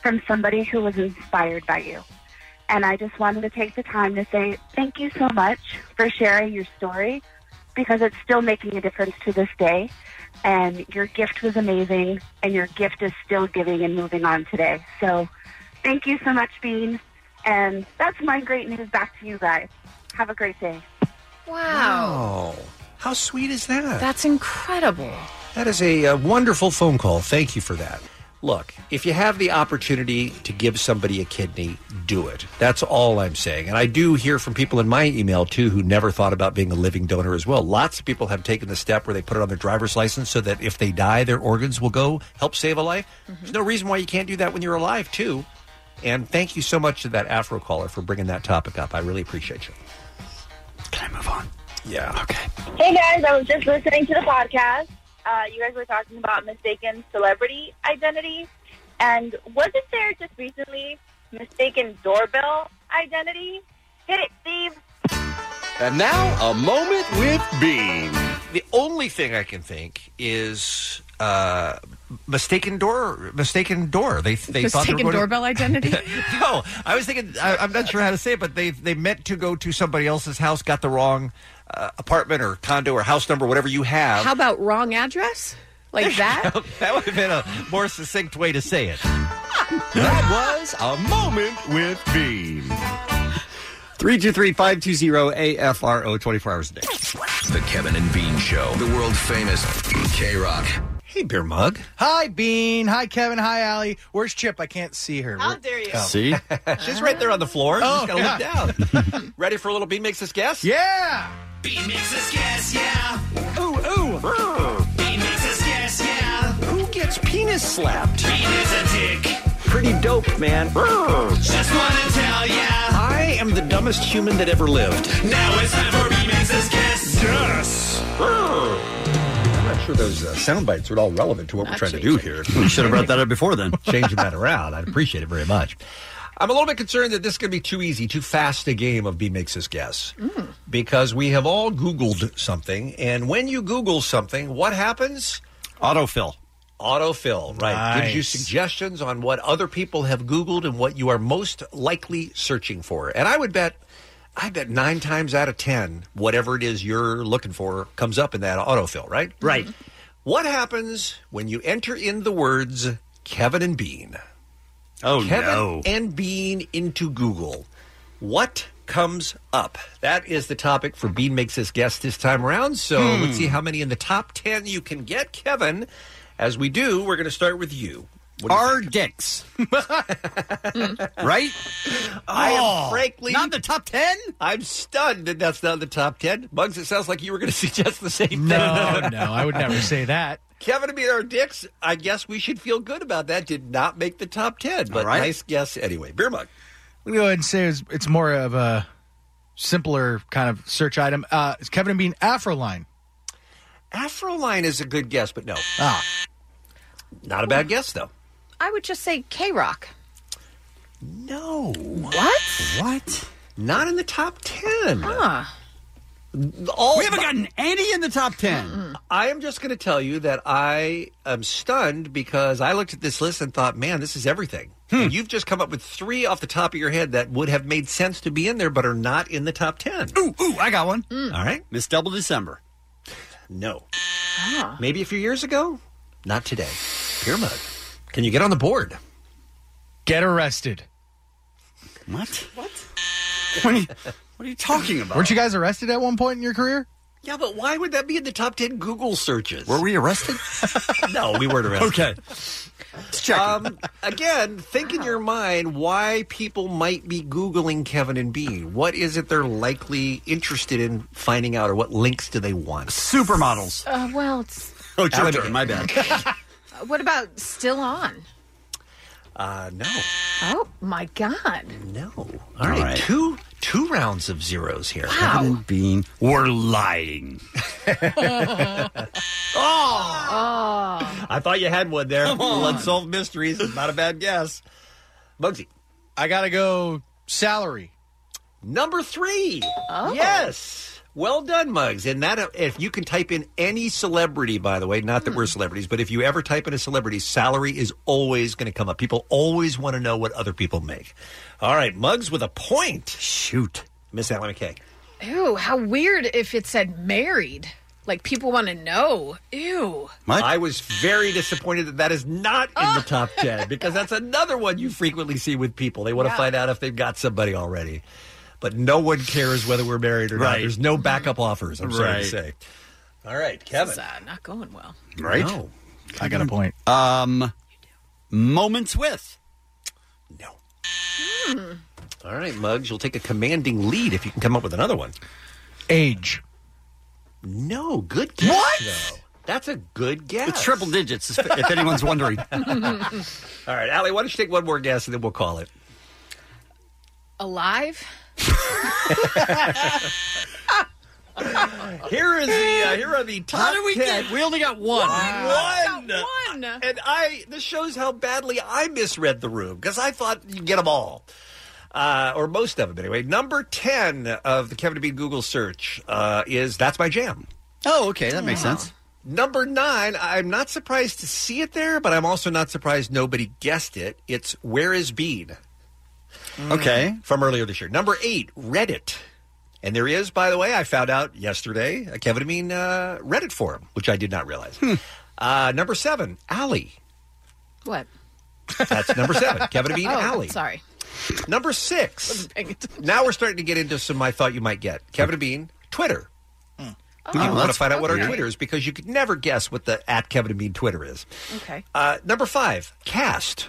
[SPEAKER 28] from somebody who was inspired by you. And I just wanted to take the time to say thank you so much for sharing your story because it's still making a difference to this day. And your gift was amazing, and your gift is still giving and moving on today. So thank you so much, Bean. And that's my great news back to you guys. Have a great day.
[SPEAKER 12] Wow. How sweet is that?
[SPEAKER 13] That's incredible.
[SPEAKER 12] That is a, uh wonderful phone call. Thank you for that. Look, if you have the opportunity to give somebody a kidney, do it. That's all I'm saying. And I do hear from people in my email too who never thought about being a living donor as well. Lots of people have taken the step where they put it on their driver's license so that if they die, their organs will go help save a life. There's no reason why you can't do that when you're alive too. And thank you so much to that Afro caller for bringing that topic up. I really appreciate you. Can I move on? Yeah. Okay.
[SPEAKER 28] Hey guys, I was just listening to the podcast. Uh, you guys were talking about mistaken celebrity identity, and wasn't there just recently mistaken doorbell identity? Hit it, Steve.
[SPEAKER 12] And now, a moment with Bean. The only thing I can think is uh, mistaken door. Mistaken door. They they thought they were
[SPEAKER 13] Mistaken
[SPEAKER 12] going to-
[SPEAKER 13] doorbell identity.
[SPEAKER 12] no, I was thinking. I, I'm not sure how to say it, but they they meant to go to somebody else's house, got the wrong uh, apartment or condo or house number, whatever you have.
[SPEAKER 13] How about wrong address? Like that?
[SPEAKER 12] that would have been a more succinct way to say it. that was a moment with Bean.
[SPEAKER 11] 323 520 AFRO 24 hours a day.
[SPEAKER 3] The Kevin and Bean Show, the world famous K Rock.
[SPEAKER 12] Hey, Beer Mug.
[SPEAKER 29] Hi, Bean. Hi, Kevin. Hi, Allie. Where's Chip? I can't see her. How dare you?
[SPEAKER 11] See?
[SPEAKER 12] Oh. She's right there on the floor. You
[SPEAKER 29] Oh,
[SPEAKER 12] just gotta look down. Ready for a little Bean Makes Us Guess?
[SPEAKER 29] Yeah.
[SPEAKER 14] Bean makes us guess, yeah. Ooh, ooh. Bean makes us guess, yeah.
[SPEAKER 12] Who gets penis slapped?
[SPEAKER 14] Bean is a dick.
[SPEAKER 12] Pretty dope, man.
[SPEAKER 14] Just wanna tell ya.
[SPEAKER 12] I am the dumbest human that ever lived.
[SPEAKER 14] Now it's time for Bean makes us guess. Yes.
[SPEAKER 12] I'm not sure those uh, sound bites are at all relevant to what we're trying to do here.
[SPEAKER 11] You should have brought that up before then.
[SPEAKER 12] Changing that around. I'd appreciate it very much. I'm a little bit concerned that this is going to be too easy, too fast a game of B makes us guess.
[SPEAKER 29] Hmm.
[SPEAKER 12] Because we have all Googled something, and when you Google something, what happens?
[SPEAKER 11] Autofill.
[SPEAKER 12] Autofill, right. Gives you
[SPEAKER 11] Nice.
[SPEAKER 12] suggestions on what other people have Googled and what you are most likely searching for. And I would bet, I bet nine times out of ten, whatever it is you're looking for comes up in that autofill, right?
[SPEAKER 11] Right.
[SPEAKER 12] What happens when you enter in the words Kevin and Bean?
[SPEAKER 11] Oh,
[SPEAKER 12] Kevin
[SPEAKER 11] no.
[SPEAKER 12] and Bean into Google. What comes up? That is the topic for Bean Makes His Guess this time around. So
[SPEAKER 11] Hmm.
[SPEAKER 12] let's see how many in the top 10 you can get, Kevin. As we do, we're going to start with you.
[SPEAKER 11] Our dicks. right?
[SPEAKER 12] I
[SPEAKER 11] Oh,
[SPEAKER 12] am frankly
[SPEAKER 11] not the top ten.
[SPEAKER 12] I'm stunned that that's not the top ten. Bugs, it sounds like you were going to suggest the same
[SPEAKER 29] No,
[SPEAKER 12] thing.
[SPEAKER 29] no, I would never say that.
[SPEAKER 12] Kevin and me are dicks. I guess we should feel good about that. Did not make the top ten, but
[SPEAKER 29] right.
[SPEAKER 12] nice guess anyway. Beer mug.
[SPEAKER 29] Let me go ahead and say it's, it's more of a simpler kind of search item. Uh, is Kevin and Bean Afroline?
[SPEAKER 12] Afroline is a good guess, but no.
[SPEAKER 29] Ah.
[SPEAKER 12] Not a bad guess though.
[SPEAKER 13] I would just say K Rock.
[SPEAKER 12] No.
[SPEAKER 13] What?
[SPEAKER 11] What?
[SPEAKER 12] Not in the top ten.
[SPEAKER 13] Huh.
[SPEAKER 11] we haven't gotten any in the top 10
[SPEAKER 12] I am just going to tell you that I am stunned because I looked at this list and thought, man, this is everything.
[SPEAKER 11] Hmm.
[SPEAKER 12] And you've just come up with three off the top of your head that would have made sense to be in there, but are not in the top ten.
[SPEAKER 11] Ooh, ooh, I got one.
[SPEAKER 13] Mm.
[SPEAKER 12] All right,
[SPEAKER 11] Miss Double December.
[SPEAKER 12] No,
[SPEAKER 13] Ah.
[SPEAKER 12] maybe a few years ago, not today. Beer mug. Can you get on the board?
[SPEAKER 29] Get arrested.
[SPEAKER 11] What?
[SPEAKER 29] What?
[SPEAKER 11] What are you, what are you talking about?
[SPEAKER 29] Weren't you guys arrested at one point in your career?
[SPEAKER 12] Yeah, but why would that be in the top ten Google searches?
[SPEAKER 11] Were we arrested?
[SPEAKER 12] no, we weren't arrested.
[SPEAKER 11] Okay.
[SPEAKER 12] Um, again, think in your mind why people might be Googling Kevin and Bean. What is it they're likely interested in finding out, or what links do they want?
[SPEAKER 11] Supermodels.
[SPEAKER 13] Uh, well, it's,
[SPEAKER 11] Oh, it's your turn. My bad.
[SPEAKER 13] uh, what about Still On?
[SPEAKER 12] Uh, no.
[SPEAKER 13] Oh my God!
[SPEAKER 12] No. All right. Two two rounds of zeros here.
[SPEAKER 13] Wow.
[SPEAKER 11] and Bean were lying.
[SPEAKER 13] oh.
[SPEAKER 12] I thought you had one there. Unsolved mysteries is not a bad guess. Bugsy.
[SPEAKER 29] I got to go salary.
[SPEAKER 12] Number three. Yes. Well done, Mugs. And that, if you can type in any celebrity, by the way, not that we're celebrities, but if you ever type in a celebrity, salary is always going to come up. People always want to know what other people make. All right, Mugs with a point.
[SPEAKER 11] Shoot.
[SPEAKER 12] Miss Allen McKay.
[SPEAKER 13] Ew! How weird if it said married. Like people want to know. Ew.
[SPEAKER 12] I was very disappointed that that is not in the top 10 because that's another one you frequently see with people. They want to
[SPEAKER 13] Yeah.
[SPEAKER 12] find out if they've got somebody already. But no one cares whether we're married or not.
[SPEAKER 11] Right.
[SPEAKER 12] There's no backup offers, I'm sorry to
[SPEAKER 11] Right.
[SPEAKER 12] say. All right, Kevin.
[SPEAKER 13] This is, uh, not going well.
[SPEAKER 11] Right?
[SPEAKER 12] No.
[SPEAKER 29] I got a point.
[SPEAKER 11] Um, moments with.
[SPEAKER 12] All right, Muggs, you'll take a commanding lead if you can come up with another one.
[SPEAKER 29] Age.
[SPEAKER 12] No, good guess. What? That's a good guess.
[SPEAKER 11] It's triple digits, if- if anyone's wondering.
[SPEAKER 12] All right, Allie, why don't you take one more guess and then we'll call it.
[SPEAKER 13] Alive?
[SPEAKER 12] Here is the uh, here are the top.
[SPEAKER 11] How did we get? We only got one.
[SPEAKER 12] One. one. And I this shows how badly I misread the room because I thought you'd get them all. Uh, or most of them anyway. Number 10 of the Kevin to Bean Google search uh, is That's My Jam.
[SPEAKER 11] Oh, okay. That makes sense.
[SPEAKER 12] Number nine, I'm not surprised to see it there, but I'm also not surprised nobody guessed it. It's Where is Bean?
[SPEAKER 11] Okay.
[SPEAKER 12] From earlier this year. Number eight, Reddit. And there is, by the way, I found out yesterday, a Kevin Amin uh, Reddit forum, which I did not realize.
[SPEAKER 13] Hmm.
[SPEAKER 12] Uh, number seven, Alley.
[SPEAKER 13] What?
[SPEAKER 12] That's number seven, Kevin Amin
[SPEAKER 13] oh,
[SPEAKER 12] Alley.
[SPEAKER 13] Sorry.
[SPEAKER 12] Number six. Now we're starting to get into some I thought you might get. Kevin Bean, Twitter.
[SPEAKER 13] Oh,
[SPEAKER 12] You want to
[SPEAKER 11] that's
[SPEAKER 12] find out what our
[SPEAKER 11] okay.
[SPEAKER 12] Twitter is because you could never guess what the at Kevin Bean Twitter is.
[SPEAKER 13] Okay.
[SPEAKER 12] Uh, number five, cast,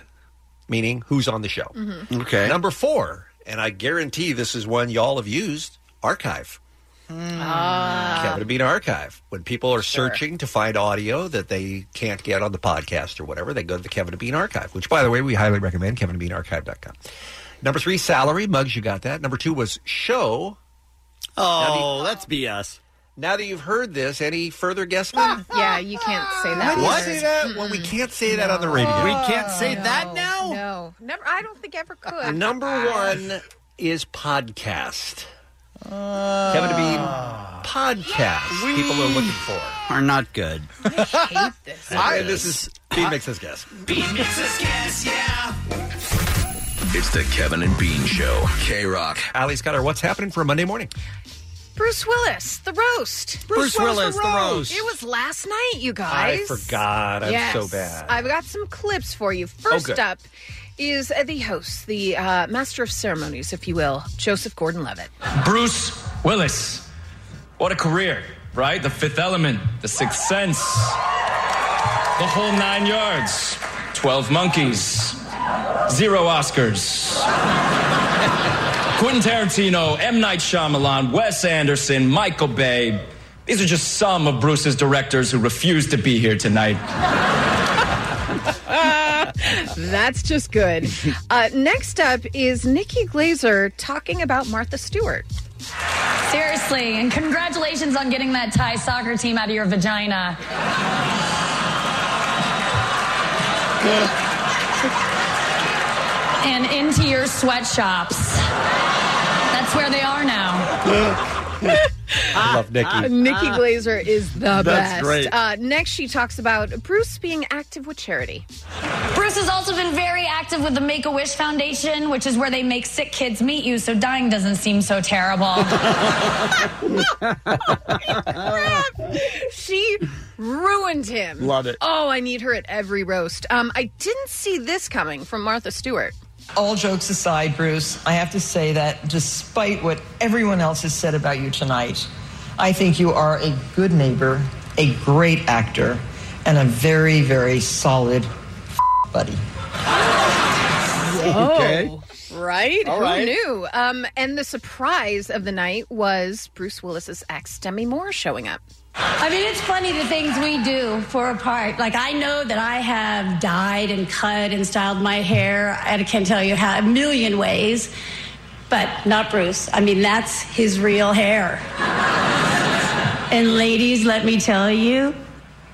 [SPEAKER 12] meaning who's on the show.
[SPEAKER 13] Mhm.
[SPEAKER 11] Okay.
[SPEAKER 12] Number four, and I guarantee this is one y'all have used, archive.
[SPEAKER 11] Uh,
[SPEAKER 12] Kevin and Bean Archive. When people are searching to find audio that they can't get on the podcast or whatever, they go to the Kevin and Bean Archive, which, by the way, we highly recommend, kevinandbeanarchive.com. Number three, salary. Mugs, you got that. Number two was show.
[SPEAKER 11] Oh, that's BS.
[SPEAKER 12] Now that you've heard this, any further
[SPEAKER 11] Ah,
[SPEAKER 12] guessmen?
[SPEAKER 13] Yeah, you can't say that.
[SPEAKER 12] Why do you say
[SPEAKER 13] either.
[SPEAKER 12] that? Well, we can't say that on the radio.
[SPEAKER 11] We can't say that
[SPEAKER 13] No,
[SPEAKER 11] now?
[SPEAKER 13] Oh, No, never. I don't think ever could.
[SPEAKER 12] Uh, Number
[SPEAKER 11] Ah.
[SPEAKER 12] one is podcast.
[SPEAKER 11] Ah.
[SPEAKER 12] Kevin and Bean podcast. People are looking for.
[SPEAKER 11] Are not good.
[SPEAKER 13] I hate this.
[SPEAKER 12] I, this is Bean makes his guess.
[SPEAKER 3] It's the Kevin and Bean Show. K Rock.
[SPEAKER 12] Allie's got her What's Happening for Monday morning.
[SPEAKER 13] Bruce Willis, the roast.
[SPEAKER 11] Bruce Willis, The Roast.
[SPEAKER 13] It was last night, you guys.
[SPEAKER 12] I forgot. I'm
[SPEAKER 13] yes.
[SPEAKER 12] so bad.
[SPEAKER 13] I've got some clips for you. First
[SPEAKER 12] good.
[SPEAKER 13] up is uh, the host, the uh, master of ceremonies, if you will, Joseph Gordon-Levitt.
[SPEAKER 5] Bruce Willis. What a career, right? The Fifth Element, The Sixth Sense, the whole nine yards. 12 Monkeys, zero Oscars. Quentin Tarantino, M. Night Shyamalan, Wes Anderson, Michael Bay. These are just some of Bruce's directors who refuse to be here tonight.
[SPEAKER 13] That's just good. Uh, next up is Nikki Glazer talking about Martha Stewart.
[SPEAKER 30] Seriously, and congratulations on getting that Thai soccer team out of your vagina. and into your sweatshops. That's where they are now. Ah.
[SPEAKER 11] I love Nikki.
[SPEAKER 13] Ah, Nikki Glazer is the
[SPEAKER 11] That's
[SPEAKER 13] best.
[SPEAKER 11] great.
[SPEAKER 13] Uh, next, she talks about Bruce being active with charity.
[SPEAKER 30] Bruce has also been very active with the Make a Wish Foundation, which is where they make sick kids meet you so dying doesn't seem so terrible.
[SPEAKER 13] she ruined him.
[SPEAKER 30] Love it.
[SPEAKER 13] Oh, I need her at every roast. Um, I didn't see this coming from Martha Stewart.
[SPEAKER 19] All jokes aside, Bruce, I have to say that despite what everyone else has said about you tonight, I think you are a good neighbor, a great actor, and a very, very solid buddy.
[SPEAKER 11] Okay.
[SPEAKER 13] Oh, right?
[SPEAKER 11] All
[SPEAKER 13] Who
[SPEAKER 11] right.
[SPEAKER 13] knew? Um, and the surprise of the night was Bruce Willis's ex Demi Moore showing up.
[SPEAKER 30] I mean, it's funny the things we do for a part. Like, I know that I have dyed and cut and styled my hair. I can't tell you how, a million ways, but not Bruce. I mean, that's his real hair. and, ladies, let me tell you,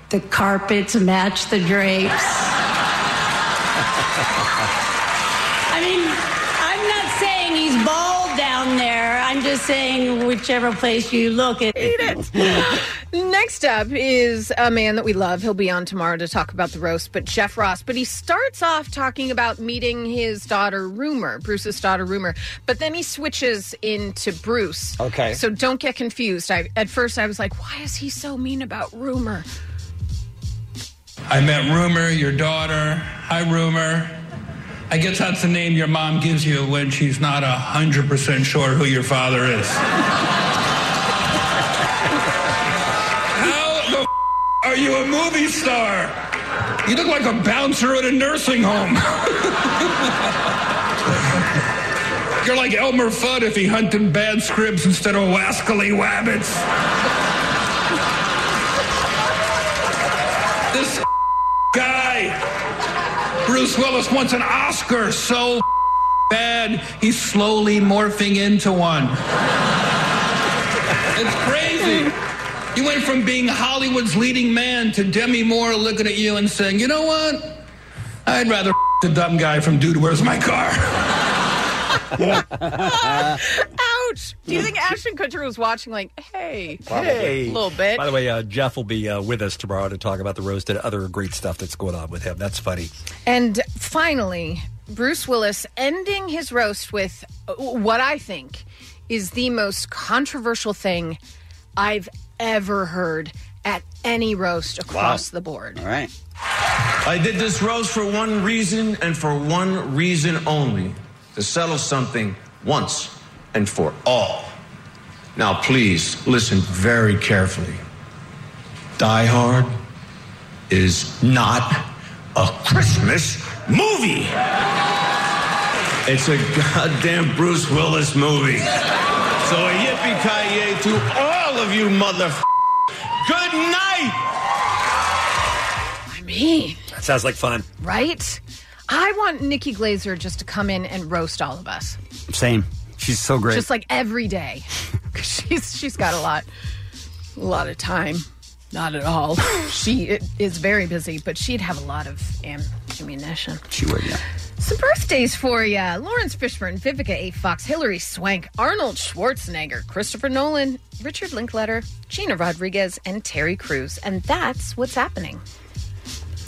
[SPEAKER 30] the carpets match the drapes. I mean, I'm not saying he's bald down there. I'm just saying, whichever place you look, it. Eat it.
[SPEAKER 13] Next up is a man that we love. He'll be on tomorrow to talk about the roast, but Jeff Ross. But he starts off talking about meeting his daughter, Rumor, Bruce's daughter, Rumor. But then he switches into Bruce.
[SPEAKER 19] Okay.
[SPEAKER 13] So don't get confused. I, at first, I was like, why is he so mean about Rumor?
[SPEAKER 20] I met Rumor, your daughter. Hi, Rumor. I guess that's the name your mom gives you when she's not 100% sure who your father is. How the f- are you a movie star? You look like a bouncer at a nursing home. You're like Elmer Fudd if he hunted bad scripts instead of wascally wabbits. This guy, Bruce Willis, wants an Oscar so bad he's slowly morphing into one. It's crazy. You went from being Hollywood's leading man to Demi Moore looking at you and saying, you know what? I'd rather the dumb guy from Dude, Where's My Car?
[SPEAKER 13] Ouch! Do you think Ashton Kutcher was watching, like, hey,
[SPEAKER 11] Probably.
[SPEAKER 13] a little bit?
[SPEAKER 12] By the way, uh, Jeff will be uh, with us tomorrow to talk about the roast and other great stuff that's going on with him. That's funny.
[SPEAKER 13] And finally, Bruce Willis ending his roast with uh, what I think is the most controversial thing I've ever heard at any roast across the board.
[SPEAKER 11] All right.
[SPEAKER 22] I did this roast for one reason and for one reason only to settle something once and for all. Now, please listen very carefully. Die Hard is not a Christmas movie, it's a goddamn Bruce Willis movie. So, a yippee ki to all of you motherfuckers. Good night!
[SPEAKER 13] I mean,
[SPEAKER 12] That sounds like fun.
[SPEAKER 13] right? I want Nikki Glazer just to come in and roast all of us,
[SPEAKER 11] Same. She's so Oh, great.
[SPEAKER 13] just like every day. 'Cause she's she's got a lot, a lot of time. Not at all. she is very busy, but she'd have a lot of am- ammunition.
[SPEAKER 11] she would, yeah.
[SPEAKER 13] Some birthdays for you. Lawrence Fishburne, Vivica A. Fox, Hilary Swank, Arnold Schwarzenegger, Christopher Nolan, Richard Linkletter, Gina Rodriguez, and Terry Crews. And that's what's happening.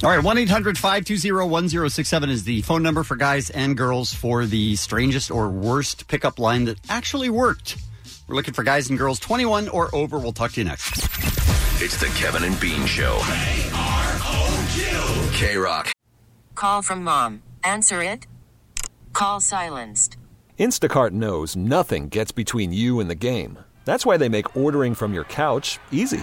[SPEAKER 11] All right, 1 800 520 1067 is the phone number for guys and girls for the strangest or worst pickup line that actually worked. We're looking for guys and girls 21 or over. We'll talk to you next.
[SPEAKER 3] It's the Kevin and Bean Show. K Rock.
[SPEAKER 31] Call from mom. Answer it. Call silenced.
[SPEAKER 32] Instacart knows nothing gets between you and the game. That's why they make ordering from your couch easy.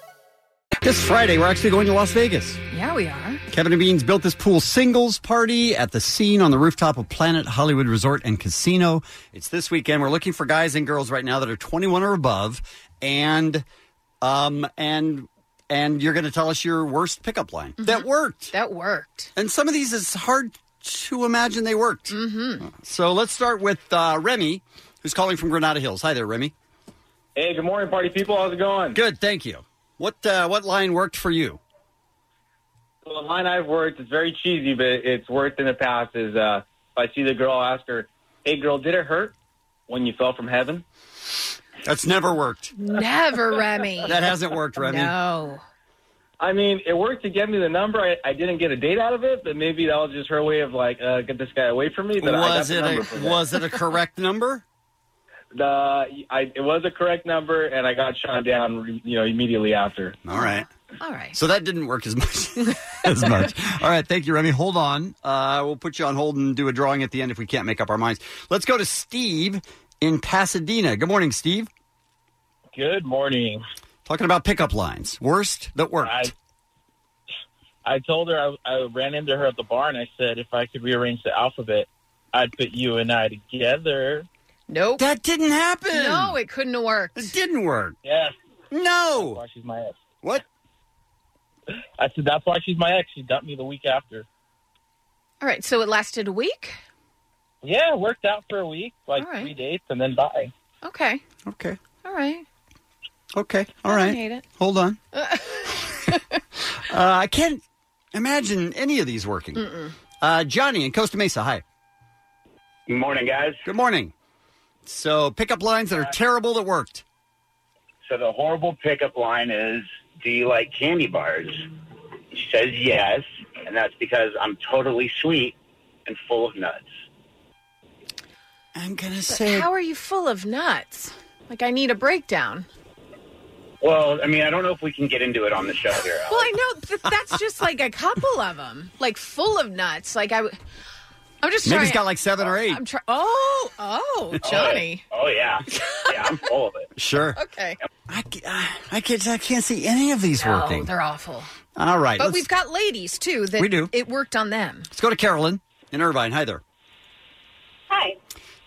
[SPEAKER 11] This Friday, we're actually going to Las Vegas.
[SPEAKER 13] Yeah, we are.
[SPEAKER 11] Kevin and Beans built this pool singles party at the scene on the rooftop of Planet Hollywood Resort and Casino. It's this weekend. We're looking for guys and girls right now that are 21 or above, and um and and you're going to tell us your worst pickup line that worked.
[SPEAKER 13] Mm-hmm. That worked.
[SPEAKER 11] And some of these is hard to imagine they worked. Mm-hmm. So let's start with uh, Remy, who's calling from Granada Hills. Hi there, Remy.
[SPEAKER 7] Hey, good morning, party people. How's it going?
[SPEAKER 11] Good, thank you. What uh, what line worked for you?
[SPEAKER 7] So the line I've worked is very cheesy, but it's worked in the past. Is uh, if I see the girl, I'll ask her, "Hey, girl, did it hurt when you fell from heaven?"
[SPEAKER 11] That's never worked.
[SPEAKER 13] Never, Remy.
[SPEAKER 11] That hasn't worked, Remy.
[SPEAKER 13] No.
[SPEAKER 7] I mean, it worked to get me the number. I, I didn't get a date out of it, but maybe that was just her way of like uh, get this guy away from me. But I got
[SPEAKER 11] Was
[SPEAKER 7] the
[SPEAKER 11] it
[SPEAKER 7] number
[SPEAKER 11] a
[SPEAKER 7] from
[SPEAKER 11] was it a correct number?
[SPEAKER 7] The I, it was a correct number, and I got shot down. You know, immediately after.
[SPEAKER 11] All right.
[SPEAKER 13] All right.
[SPEAKER 11] So that didn't work as much. as much. All right, thank you, Remy. Hold on. Uh, we'll put you on hold and do a drawing at the end if we can't make up our minds. Let's go to Steve in Pasadena. Good morning, Steve.
[SPEAKER 1] Good morning.
[SPEAKER 11] Talking about pickup lines. Worst that worked.
[SPEAKER 1] I told her I, I ran into her at the bar and I said if I could rearrange the alphabet, I'd put you and I together.
[SPEAKER 13] Nope.
[SPEAKER 11] That didn't happen.
[SPEAKER 13] No, it couldn't have worked.
[SPEAKER 11] It didn't work.
[SPEAKER 1] Yes.
[SPEAKER 11] No.
[SPEAKER 1] That's why she's my ex.
[SPEAKER 11] What?
[SPEAKER 1] I said that's why she's my ex. She dumped me the week after.
[SPEAKER 13] All right. So it lasted a week.
[SPEAKER 1] Yeah, it worked out for a week, like
[SPEAKER 13] All right.
[SPEAKER 1] three dates, and then bye.
[SPEAKER 13] Okay.
[SPEAKER 11] Okay.
[SPEAKER 13] All right.
[SPEAKER 11] Okay. All
[SPEAKER 13] I
[SPEAKER 11] right.
[SPEAKER 13] don't hate it.
[SPEAKER 11] Hold on. uh, I can't imagine any of these working.
[SPEAKER 13] Mm-mm.
[SPEAKER 11] Uh, Johnny in Costa Mesa. Hi.
[SPEAKER 24] Good morning, guys. Uh,
[SPEAKER 11] Good morning. So pickup lines that are terrible that worked.
[SPEAKER 24] So the horrible pickup line is, "Do you like candy bars?" She says yes, and that's because I'm totally sweet and full of nuts.
[SPEAKER 11] I'm gonna
[SPEAKER 13] say. How are you full of nuts? Like I need a breakdown.
[SPEAKER 24] Well, I mean, I don't know if we can get into it on the show here. Alex.
[SPEAKER 13] Well, I know th- that's just like a couple of them, like full of nuts. Like I, w- I'm just
[SPEAKER 11] Maybe
[SPEAKER 13] trying.
[SPEAKER 11] he's got like seven or eight.
[SPEAKER 13] I'm try- oh, oh, Johnny.
[SPEAKER 24] Oh, yeah, yeah, I'm full of it.
[SPEAKER 11] Sure.
[SPEAKER 13] Okay.
[SPEAKER 11] I, I can't. I can't see any of these
[SPEAKER 13] no,
[SPEAKER 11] working.
[SPEAKER 13] They're awful.
[SPEAKER 11] All right.
[SPEAKER 13] but
[SPEAKER 11] let's,
[SPEAKER 13] we've got ladies too. That
[SPEAKER 11] We do.
[SPEAKER 13] It worked on them.
[SPEAKER 11] let's go to Carolyn in Irvine. Hi there.
[SPEAKER 33] Hi.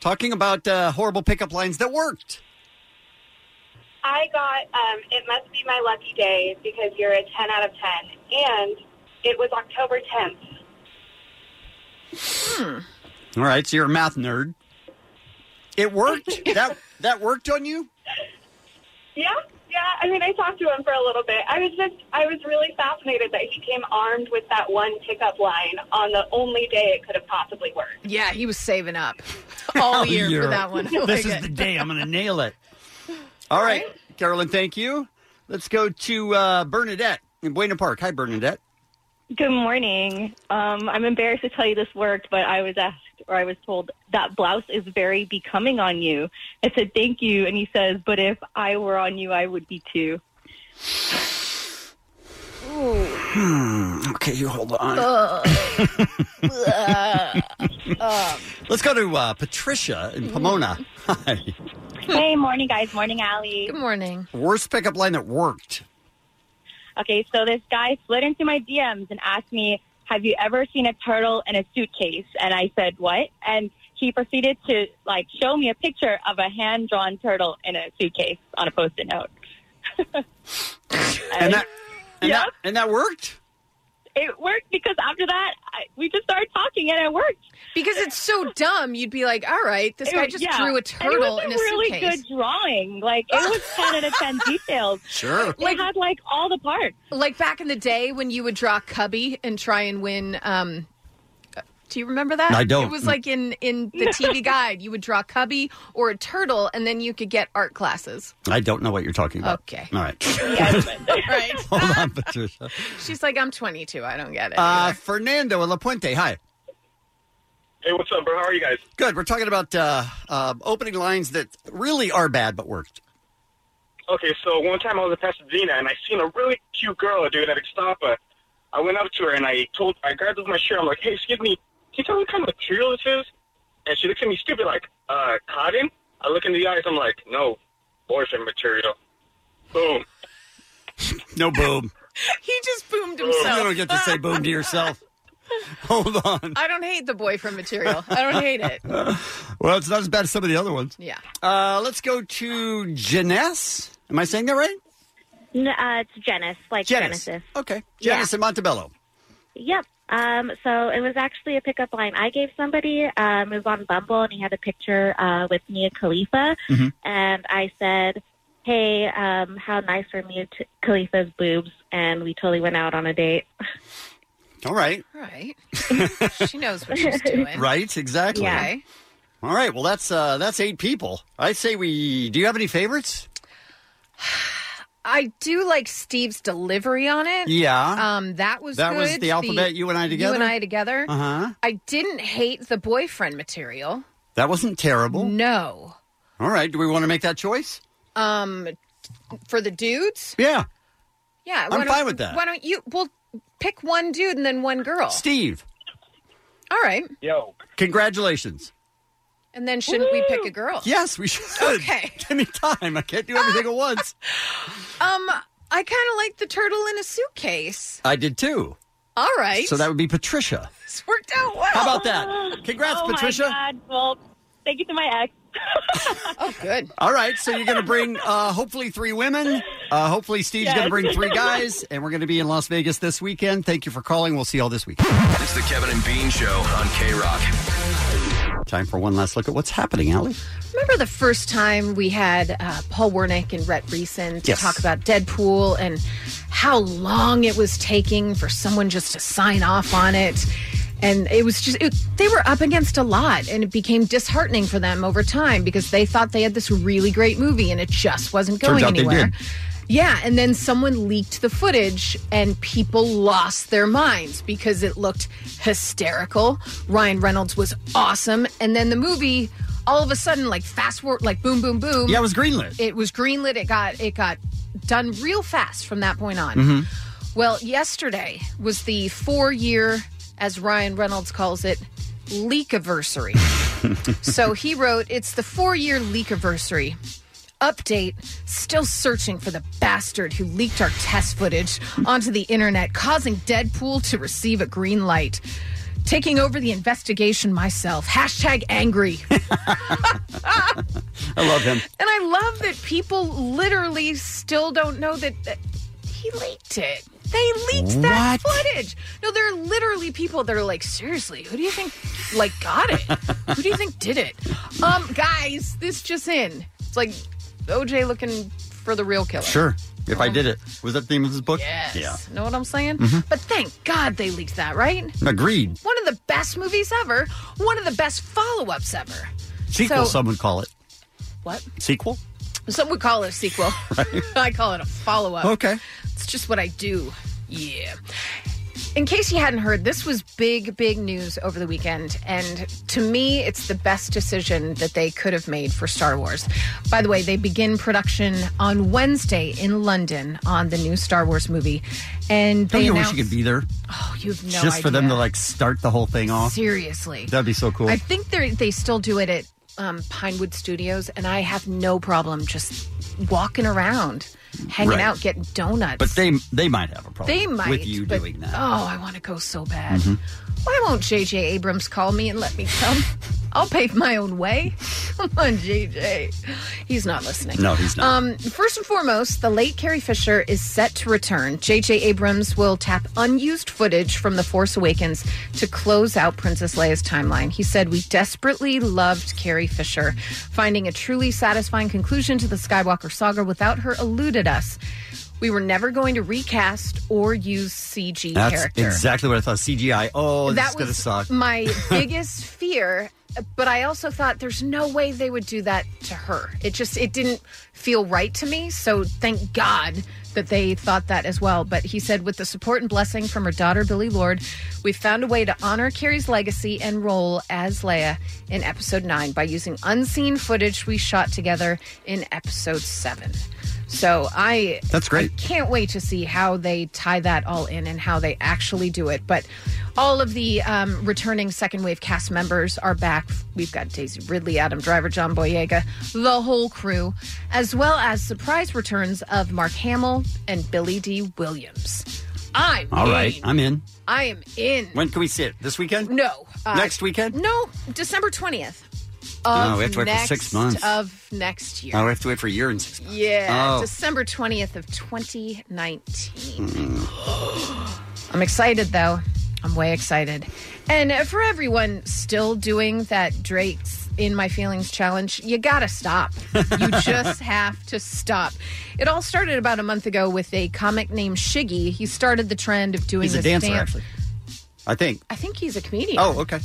[SPEAKER 11] Talking about uh, horrible pickup lines that worked.
[SPEAKER 33] I got um, It Must Be My Lucky Day because you're a 10 out of 10. And it was October 10th.
[SPEAKER 11] Hmm. All right. So you're a math nerd. It worked. that that worked on you.
[SPEAKER 33] Yeah, yeah. I mean, I talked to him for a little bit. I was just, I was really fascinated that he came armed with that one pickup line on the only day it could have possibly worked.
[SPEAKER 13] Yeah, he was saving up all year, for that one.
[SPEAKER 11] this
[SPEAKER 13] Like
[SPEAKER 11] is
[SPEAKER 13] it.
[SPEAKER 11] the day I'm going to nail it. All right, Carolyn. Thank you. Let's go to uh, Bernadette in Buena Park. Hi, Bernadette.
[SPEAKER 21] Good morning. Um, I'm embarrassed to tell you this worked, but I was asked or I was told that blouse is very becoming on you. I said, thank you. And he says, but if I were on you, I would be too.
[SPEAKER 11] Hmm. Okay, you hold on.
[SPEAKER 33] Ugh.
[SPEAKER 13] Mm-hmm.
[SPEAKER 11] Let's go to uh, Patricia in Pomona. Hi.
[SPEAKER 34] Hey, morning, guys. Morning, Allie. Good
[SPEAKER 13] morning.
[SPEAKER 11] Worst pickup line that worked.
[SPEAKER 34] Okay, so this guy slid into my DMs and asked me, "Have you ever seen a turtle in a suitcase?" And I said, "What?" And he proceeded to like show me a picture of a hand-drawn turtle in a suitcase on a post-it note.
[SPEAKER 11] And that and, that and that worked?
[SPEAKER 34] It worked because after that, I, we just started talking and it worked.
[SPEAKER 13] Because it's so dumb, you'd be like, all right, this guy just drew a turtle
[SPEAKER 34] and it
[SPEAKER 13] in
[SPEAKER 34] was
[SPEAKER 13] a
[SPEAKER 34] a really
[SPEAKER 13] suitcase.
[SPEAKER 34] good drawing. Like it was ten out of ten details.
[SPEAKER 11] Sure.
[SPEAKER 34] It had like all the parts.
[SPEAKER 13] Like back in the day when you would draw Cubby and try and win. Um, do you remember that?
[SPEAKER 11] I don't.
[SPEAKER 13] It was like in in the TV guide, you would draw Cubby or a turtle, and then you could get art classes.
[SPEAKER 11] I don't know what you're talking about.
[SPEAKER 13] Okay.
[SPEAKER 11] All right.
[SPEAKER 13] All right.
[SPEAKER 11] Hold on, Patricia.
[SPEAKER 13] She's like, I'm 22. I don't get it.
[SPEAKER 11] Uh, Fernando in La Puente. Hi.
[SPEAKER 7] Hey, what's up, bro? How are you guys?
[SPEAKER 11] Good. We're talking about uh, uh, opening lines that really are bad but worked.
[SPEAKER 7] Okay, so one time I was in Pasadena and I seen a really cute girl, dude, at Ixtapa. I went up to her and I told, I grabbed her by my shirt. I'm like, hey, excuse me, can you tell me what kind of material this is? And she looks at me stupid, like, uh, cotton? I look in the eyes, I'm like, no, boyfriend material. Boom.
[SPEAKER 11] No boom.
[SPEAKER 13] he just boomed
[SPEAKER 11] Oh, you
[SPEAKER 13] himself.
[SPEAKER 11] don't get to say boom to yourself. Hold on.
[SPEAKER 13] I don't hate the boyfriend material. I don't hate it.
[SPEAKER 11] Well, it's not as bad as some of the other ones.
[SPEAKER 13] Yeah.
[SPEAKER 11] Uh, let's go to Janice. Am I saying that right?
[SPEAKER 35] N- Uh, it's Genesis, like
[SPEAKER 11] Janice.
[SPEAKER 35] Genesis.
[SPEAKER 11] Okay. Janice in Montebello.
[SPEAKER 35] Yep. Um, so it was actually a pickup line I gave somebody. Um, it was on Bumble, and he had a picture uh, with Mia Khalifa, and I said, "Hey, um, how nice are Mia t- Khalifa's boobs?" And we totally went out on a date.
[SPEAKER 11] All right.
[SPEAKER 13] Right. she knows what she's doing.
[SPEAKER 11] Right, exactly.
[SPEAKER 13] Yeah.
[SPEAKER 11] All right. Well, that's uh, that's eight people. I say we. Do you have any favorites?
[SPEAKER 13] I do like Steve's delivery on it.
[SPEAKER 11] Yeah.
[SPEAKER 13] Um, that was
[SPEAKER 11] That was
[SPEAKER 13] good.
[SPEAKER 11] the alphabet, you and I
[SPEAKER 13] You
[SPEAKER 11] together?
[SPEAKER 13] and I together.
[SPEAKER 11] Uh huh.
[SPEAKER 13] I didn't hate the boyfriend material.
[SPEAKER 11] That wasn't terrible.
[SPEAKER 13] No.
[SPEAKER 11] All right. Do we want to make that choice?
[SPEAKER 13] Um, for the dudes.
[SPEAKER 11] Yeah.
[SPEAKER 13] Yeah.
[SPEAKER 11] I'm
[SPEAKER 13] why don't-
[SPEAKER 11] fine with that.
[SPEAKER 13] Why don't you? Well, pick one dude and then one girl.
[SPEAKER 11] Steve,
[SPEAKER 13] All right.
[SPEAKER 7] Yo.
[SPEAKER 11] congratulations.
[SPEAKER 13] And then shouldn't we pick a girl?
[SPEAKER 11] Yes, we should.
[SPEAKER 13] Oh. Okay.
[SPEAKER 11] Give me time. I can't do everything at once.
[SPEAKER 13] Um, I kind of like the turtle in a suitcase.
[SPEAKER 11] I did too.
[SPEAKER 13] All right.
[SPEAKER 11] So that would be Patricia.
[SPEAKER 13] This worked out well.
[SPEAKER 11] How about that? Congrats,
[SPEAKER 34] oh
[SPEAKER 11] Patricia.
[SPEAKER 34] My God. Well, thank you to my ex.
[SPEAKER 13] oh, good.
[SPEAKER 11] All right, so you're going to bring uh, hopefully three women. Uh, hopefully, Steve's
[SPEAKER 3] Yes.
[SPEAKER 11] going to bring three guys, and we're going to be in Las Vegas this weekend. Thank you for calling. We'll see you all this week.
[SPEAKER 3] It's the Kevin and Bean Show on K Rock.
[SPEAKER 11] Time for one last look at what's happening, Allie.
[SPEAKER 13] Remember the first time we had uh, Paul Wernick and Rhett Reeson to
[SPEAKER 11] Yes.
[SPEAKER 13] talk about Deadpool and how long it was taking for someone just to sign off on it? And it was just, it, they were up against a lot, and it became disheartening for them over time because they thought they had this really great movie and it just wasn't going
[SPEAKER 9] Turns out they
[SPEAKER 13] anywhere.
[SPEAKER 9] did.
[SPEAKER 13] Yeah, and then someone leaked the footage and people lost their minds because it looked hysterical. Ryan Reynolds was awesome. And then the movie all of a sudden like fast forward like boom boom boom.
[SPEAKER 11] Yeah, it was greenlit.
[SPEAKER 13] It was greenlit. It got it got done real fast from that point on.
[SPEAKER 9] Mm-hmm.
[SPEAKER 11] Mhm.
[SPEAKER 13] Well, yesterday was the 4 year as Ryan Reynolds calls it leak anniversary. so he wrote, It's the four year leak anniversary. Update still searching for the bastard who leaked our test footage onto the internet, causing Deadpool to receive a green light. Taking over the investigation myself. Hashtag angry.
[SPEAKER 11] I love him.
[SPEAKER 13] And I love that people literally still don't know that, that he leaked it. They leaked that footage. No, there are literally people that are like, seriously, who do you think like got it? who do you think did it? Um, guys, this just in. It's like OJ looking for the real killer.
[SPEAKER 11] Sure. If I did it, was that the theme of this book?
[SPEAKER 13] Yes.
[SPEAKER 11] Yeah.
[SPEAKER 13] Know what I'm saying?
[SPEAKER 11] Mhm.
[SPEAKER 13] But thank God they leaked that, right?
[SPEAKER 11] Agreed.
[SPEAKER 13] One of the best movies ever. One of the best follow-ups ever.
[SPEAKER 11] Sequel,
[SPEAKER 13] So-
[SPEAKER 11] some would call it.
[SPEAKER 13] What?
[SPEAKER 11] Sequel?
[SPEAKER 13] Some would call it a sequel. I call it a follow up.
[SPEAKER 11] Okay.
[SPEAKER 13] It's just what I do. Yeah. In case you hadn't heard, this was big, big news over the weekend. And to me, it's the best decision that they could have made for Star Wars. By the way, they begin production on Wednesday in London on the new Star Wars movie. And
[SPEAKER 11] Don't
[SPEAKER 13] they
[SPEAKER 11] you
[SPEAKER 13] announced,
[SPEAKER 11] wish you could be there?
[SPEAKER 13] Oh, you have no
[SPEAKER 11] Just for them
[SPEAKER 13] idea.
[SPEAKER 11] to like start the whole thing off?
[SPEAKER 13] Seriously.
[SPEAKER 11] That'd be so cool.
[SPEAKER 13] I think they they still do it at um, Pinewood Studios, and I have no problem just walking around, hanging
[SPEAKER 11] Right.
[SPEAKER 13] out, getting donuts.
[SPEAKER 11] But they they might have a problem.
[SPEAKER 13] they might
[SPEAKER 11] with you
[SPEAKER 13] but-
[SPEAKER 11] doing that.
[SPEAKER 13] Oh, I want to go so bad.
[SPEAKER 11] Mhm.
[SPEAKER 13] Why won't JJ Abrams call me and let me come? I'll pave my own way. Come on, JJ. He's not listening.
[SPEAKER 8] No, he's not.
[SPEAKER 13] Um, first and foremost, the late Carrie Fisher is set to return. JJ Abrams will tap unused footage from The Force Awakens to close out Princess Leia's timeline. He said, We desperately loved Carrie Fisher. Finding a truly satisfying conclusion to the Skywalker saga without her eluded us. We were never going to recast or use CG
[SPEAKER 11] That's
[SPEAKER 13] character.
[SPEAKER 11] exactly what I thought. CGI. Oh, this is
[SPEAKER 13] that
[SPEAKER 11] going to
[SPEAKER 13] was
[SPEAKER 11] suck.
[SPEAKER 13] my biggest fear. But I also thought there's no way they would do that to her. It just it didn't feel right to me. So thank God that they thought that as well. But he said, with the support and blessing from her daughter Billy Lord, we found a way to honor Carrie's legacy and role as Leia in Episode Nine by using unseen footage we shot together in Episode Seven. So I
[SPEAKER 11] That's great.
[SPEAKER 13] I can't wait to see how they tie that all in and how they actually do it. But all of the um, returning second wave cast members are back. We've got Daisy Ridley, Adam Driver, John Boyega, the whole crew, as well as surprise returns of Mark Hamill and Billy D. Williams. I'm
[SPEAKER 11] All
[SPEAKER 13] in.
[SPEAKER 11] right, I'm in.
[SPEAKER 13] I am in.
[SPEAKER 11] When can we see it? This weekend? Oh,
[SPEAKER 13] No. uh,
[SPEAKER 11] Next weekend?
[SPEAKER 13] No, December 20th.
[SPEAKER 11] Oh,
[SPEAKER 13] Of
[SPEAKER 11] we have to wait for
[SPEAKER 13] next,
[SPEAKER 11] six months.
[SPEAKER 13] Of next year.
[SPEAKER 11] Oh, we have to wait for a year and six months.
[SPEAKER 13] Yeah,
[SPEAKER 11] Oh.
[SPEAKER 13] December 20th of 2019.
[SPEAKER 11] Hmm.
[SPEAKER 13] I'm excited though. I'm way excited. And uh, for everyone still doing that Drake's In My Feelings challenge, you gotta stop. You just have to stop. It all started about a month ago with a comic named Shiggy. He started the trend of doing
[SPEAKER 11] He's a
[SPEAKER 13] this
[SPEAKER 11] dancer,
[SPEAKER 13] dance.
[SPEAKER 11] actually. I think.
[SPEAKER 13] I think he's a comedian.
[SPEAKER 11] Oh, okay.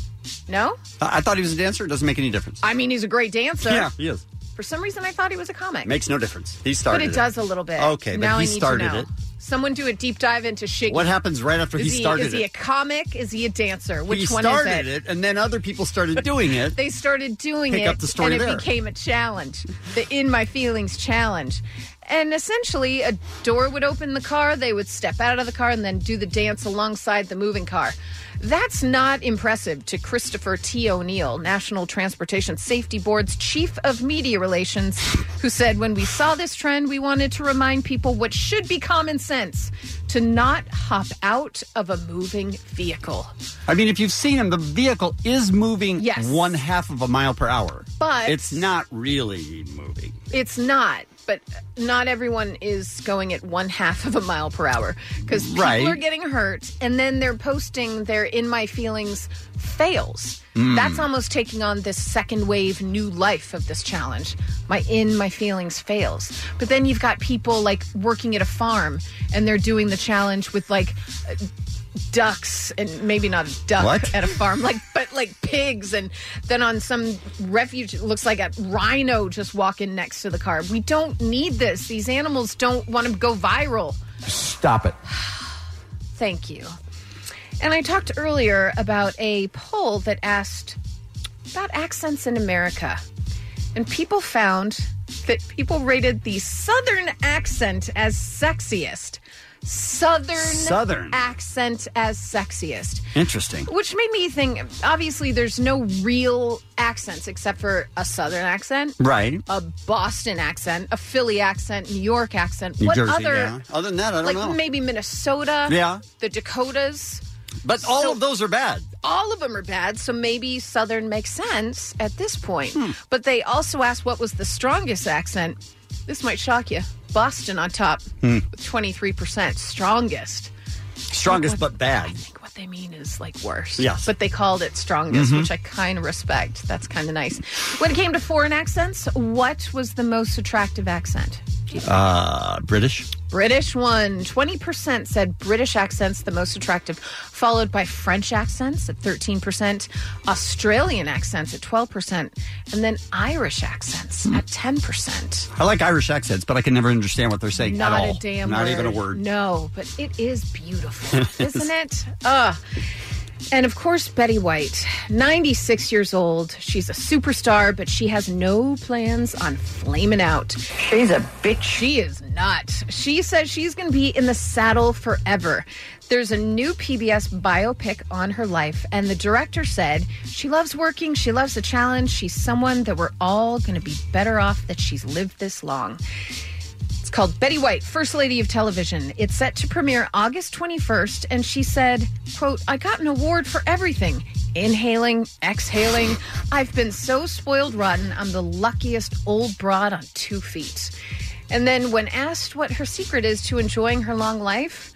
[SPEAKER 13] No?
[SPEAKER 11] I-, I thought he was a dancer. It doesn't make any difference.
[SPEAKER 13] I mean, he's a great dancer.
[SPEAKER 11] yeah, he is.
[SPEAKER 13] For some reason, I thought he was a comic.
[SPEAKER 11] Makes no difference. He started
[SPEAKER 13] but it, does a little bit.
[SPEAKER 11] Okay, but
[SPEAKER 13] now
[SPEAKER 11] he
[SPEAKER 13] I need
[SPEAKER 11] started
[SPEAKER 13] to know.
[SPEAKER 11] it.
[SPEAKER 13] Someone do a deep dive into Shiggy.
[SPEAKER 11] What happens right after he
[SPEAKER 13] Is
[SPEAKER 11] started
[SPEAKER 13] Is he a
[SPEAKER 11] it?
[SPEAKER 13] comic? Is he a dancer? Which
[SPEAKER 11] he
[SPEAKER 13] one
[SPEAKER 11] started
[SPEAKER 13] is it?
[SPEAKER 11] it? and then other people started doing it.
[SPEAKER 13] They started doing
[SPEAKER 11] Pick
[SPEAKER 13] it,
[SPEAKER 11] up the story
[SPEAKER 13] and it
[SPEAKER 11] there.
[SPEAKER 13] became a challenge. The In My Feelings challenge. And essentially, a door would open the car, they would step out of the car, and then do the dance alongside the moving car. That's not impressive to Christopher T. O'Neill, National Transportation Safety Board's Chief of Media Relations, who said, When we saw this trend, we wanted to remind people what should be common sense to not hop out of a moving vehicle.
[SPEAKER 11] I mean, if you've seen him, the vehicle is moving
[SPEAKER 13] Yes.
[SPEAKER 11] one half of a mile per hour.
[SPEAKER 13] But-
[SPEAKER 11] it's not really moving.
[SPEAKER 13] It's not, but not everyone is going at one half of a mile per hour because people
[SPEAKER 11] Right.
[SPEAKER 13] are getting hurt, and then they're posting their "in my feelings" fails.
[SPEAKER 9] Mm.
[SPEAKER 13] That's almost taking on this second wave new life of this challenge. My "in my feelings" fails, but then you've got people like working at a farm and they're doing the challenge with like. uh, Ducks and maybe not a duck
[SPEAKER 9] What?
[SPEAKER 13] at a farm, like but like pigs, and then on some refuge, it looks like a rhino just walking next to the car. We don't need this. These animals don't want to go viral.
[SPEAKER 28] Stop it.
[SPEAKER 13] Thank you. And I talked earlier about a poll that asked about accents in America. And people found that people rated the Southern accent as sexiest. Southern,
[SPEAKER 11] Southern.
[SPEAKER 13] accent as sexiest.
[SPEAKER 11] Interesting.
[SPEAKER 13] Which made me think obviously, there's no real accents except for a Southern accent,
[SPEAKER 11] Right.
[SPEAKER 13] a Boston accent, a Philly accent, New York accent.
[SPEAKER 11] New
[SPEAKER 13] what
[SPEAKER 11] Jersey,
[SPEAKER 13] other?
[SPEAKER 11] yeah. Other than that, I don't
[SPEAKER 13] like
[SPEAKER 11] know.
[SPEAKER 13] maybe Minnesota.
[SPEAKER 11] Yeah.
[SPEAKER 13] the Dakotas.
[SPEAKER 11] But all of those are bad.
[SPEAKER 13] All of them are bad, so maybe Southern makes sense at this point.
[SPEAKER 11] Hmm.
[SPEAKER 13] But they also asked what was the strongest accent. This might shock you. Boston on top
[SPEAKER 11] Hmm.
[SPEAKER 13] with 23%, strongest.
[SPEAKER 11] Strongest but bad.
[SPEAKER 13] What they mean is like worse.
[SPEAKER 11] Yes.
[SPEAKER 13] But they called it strongest,
[SPEAKER 11] Mhm.
[SPEAKER 13] which I kind of respect. That's kind of nice. When it came to foreign accents, what was the most attractive accent?
[SPEAKER 11] Uh, British.
[SPEAKER 13] British one. 20% said British accents the most attractive, followed by French accents at 13%, Australian accents at 12%, and then Irish accents
[SPEAKER 11] Hmm.
[SPEAKER 13] at 10%.
[SPEAKER 11] I like Irish accents, but I can never understand what they're saying
[SPEAKER 13] Not
[SPEAKER 11] at all.
[SPEAKER 13] a damn
[SPEAKER 11] Not
[SPEAKER 13] word.
[SPEAKER 11] even a word.
[SPEAKER 13] No, but it is beautiful,
[SPEAKER 11] It is.
[SPEAKER 13] isn't it? Ugh. And of course, Betty White, 96 years old. She's a superstar, but she has no plans on flaming out. She's a bitch. She is not. She says she's going to be in the saddle forever. There's a new PBS biopic on her life, and the director said she loves working, she loves the challenge, she's someone that we're all going to be better off that she's lived this long. It's called Betty White, First Lady of Television. It's set to premiere August 21st, and she said, quote, I got an award for everything. Inhaling, exhaling. I've been so spoiled rotten, I'm the luckiest old broad on two feet. And then when asked what her secret is to enjoying her long life,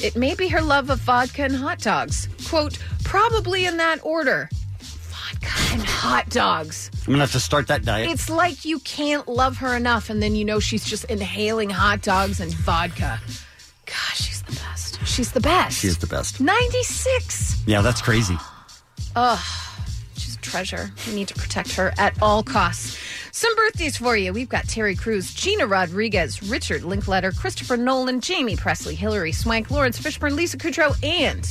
[SPEAKER 13] it may be her love of vodka and hot dogs. Quote, probably in that order. Vodka and hot dogs.
[SPEAKER 11] I'm gonna have to start that diet.
[SPEAKER 13] It's like you can't love her enough, and then you know she's just inhaling hot dogs and vodka. Gosh, she's the best. She's the best.
[SPEAKER 11] she is the best.
[SPEAKER 13] 96.
[SPEAKER 11] Yeah, that's crazy.
[SPEAKER 13] Ugh. She's a treasure. We need to protect her at all costs. Some birthdays for you. We've got Terry Crews, Gina Rodriguez, Richard Linkletter, Christopher Nolan, Jamie Presley, Hillary Swank, Lawrence Fishburne, Lisa Kudrow, and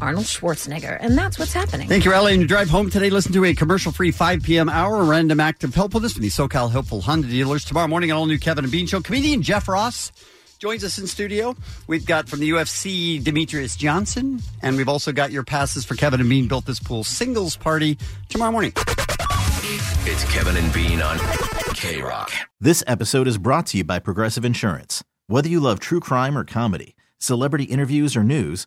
[SPEAKER 13] Arnold Schwarzenegger. And that's what's happening.
[SPEAKER 11] Thank you, Ellie. And you drive home today, listen to a commercial free 5 p.m. hour random act of helpfulness from the SoCal Helpful Honda dealers. Tomorrow morning, an all new Kevin and Bean show. Comedian Jeff Ross joins us in studio. We've got from the UFC Demetrius Johnson, and we've also got your passes for Kevin and Bean built this pool singles party tomorrow morning.
[SPEAKER 22] It's Kevin and Bean on K Rock.
[SPEAKER 1] This episode is brought to you by Progressive Insurance. Whether you love true crime or comedy, celebrity interviews or news,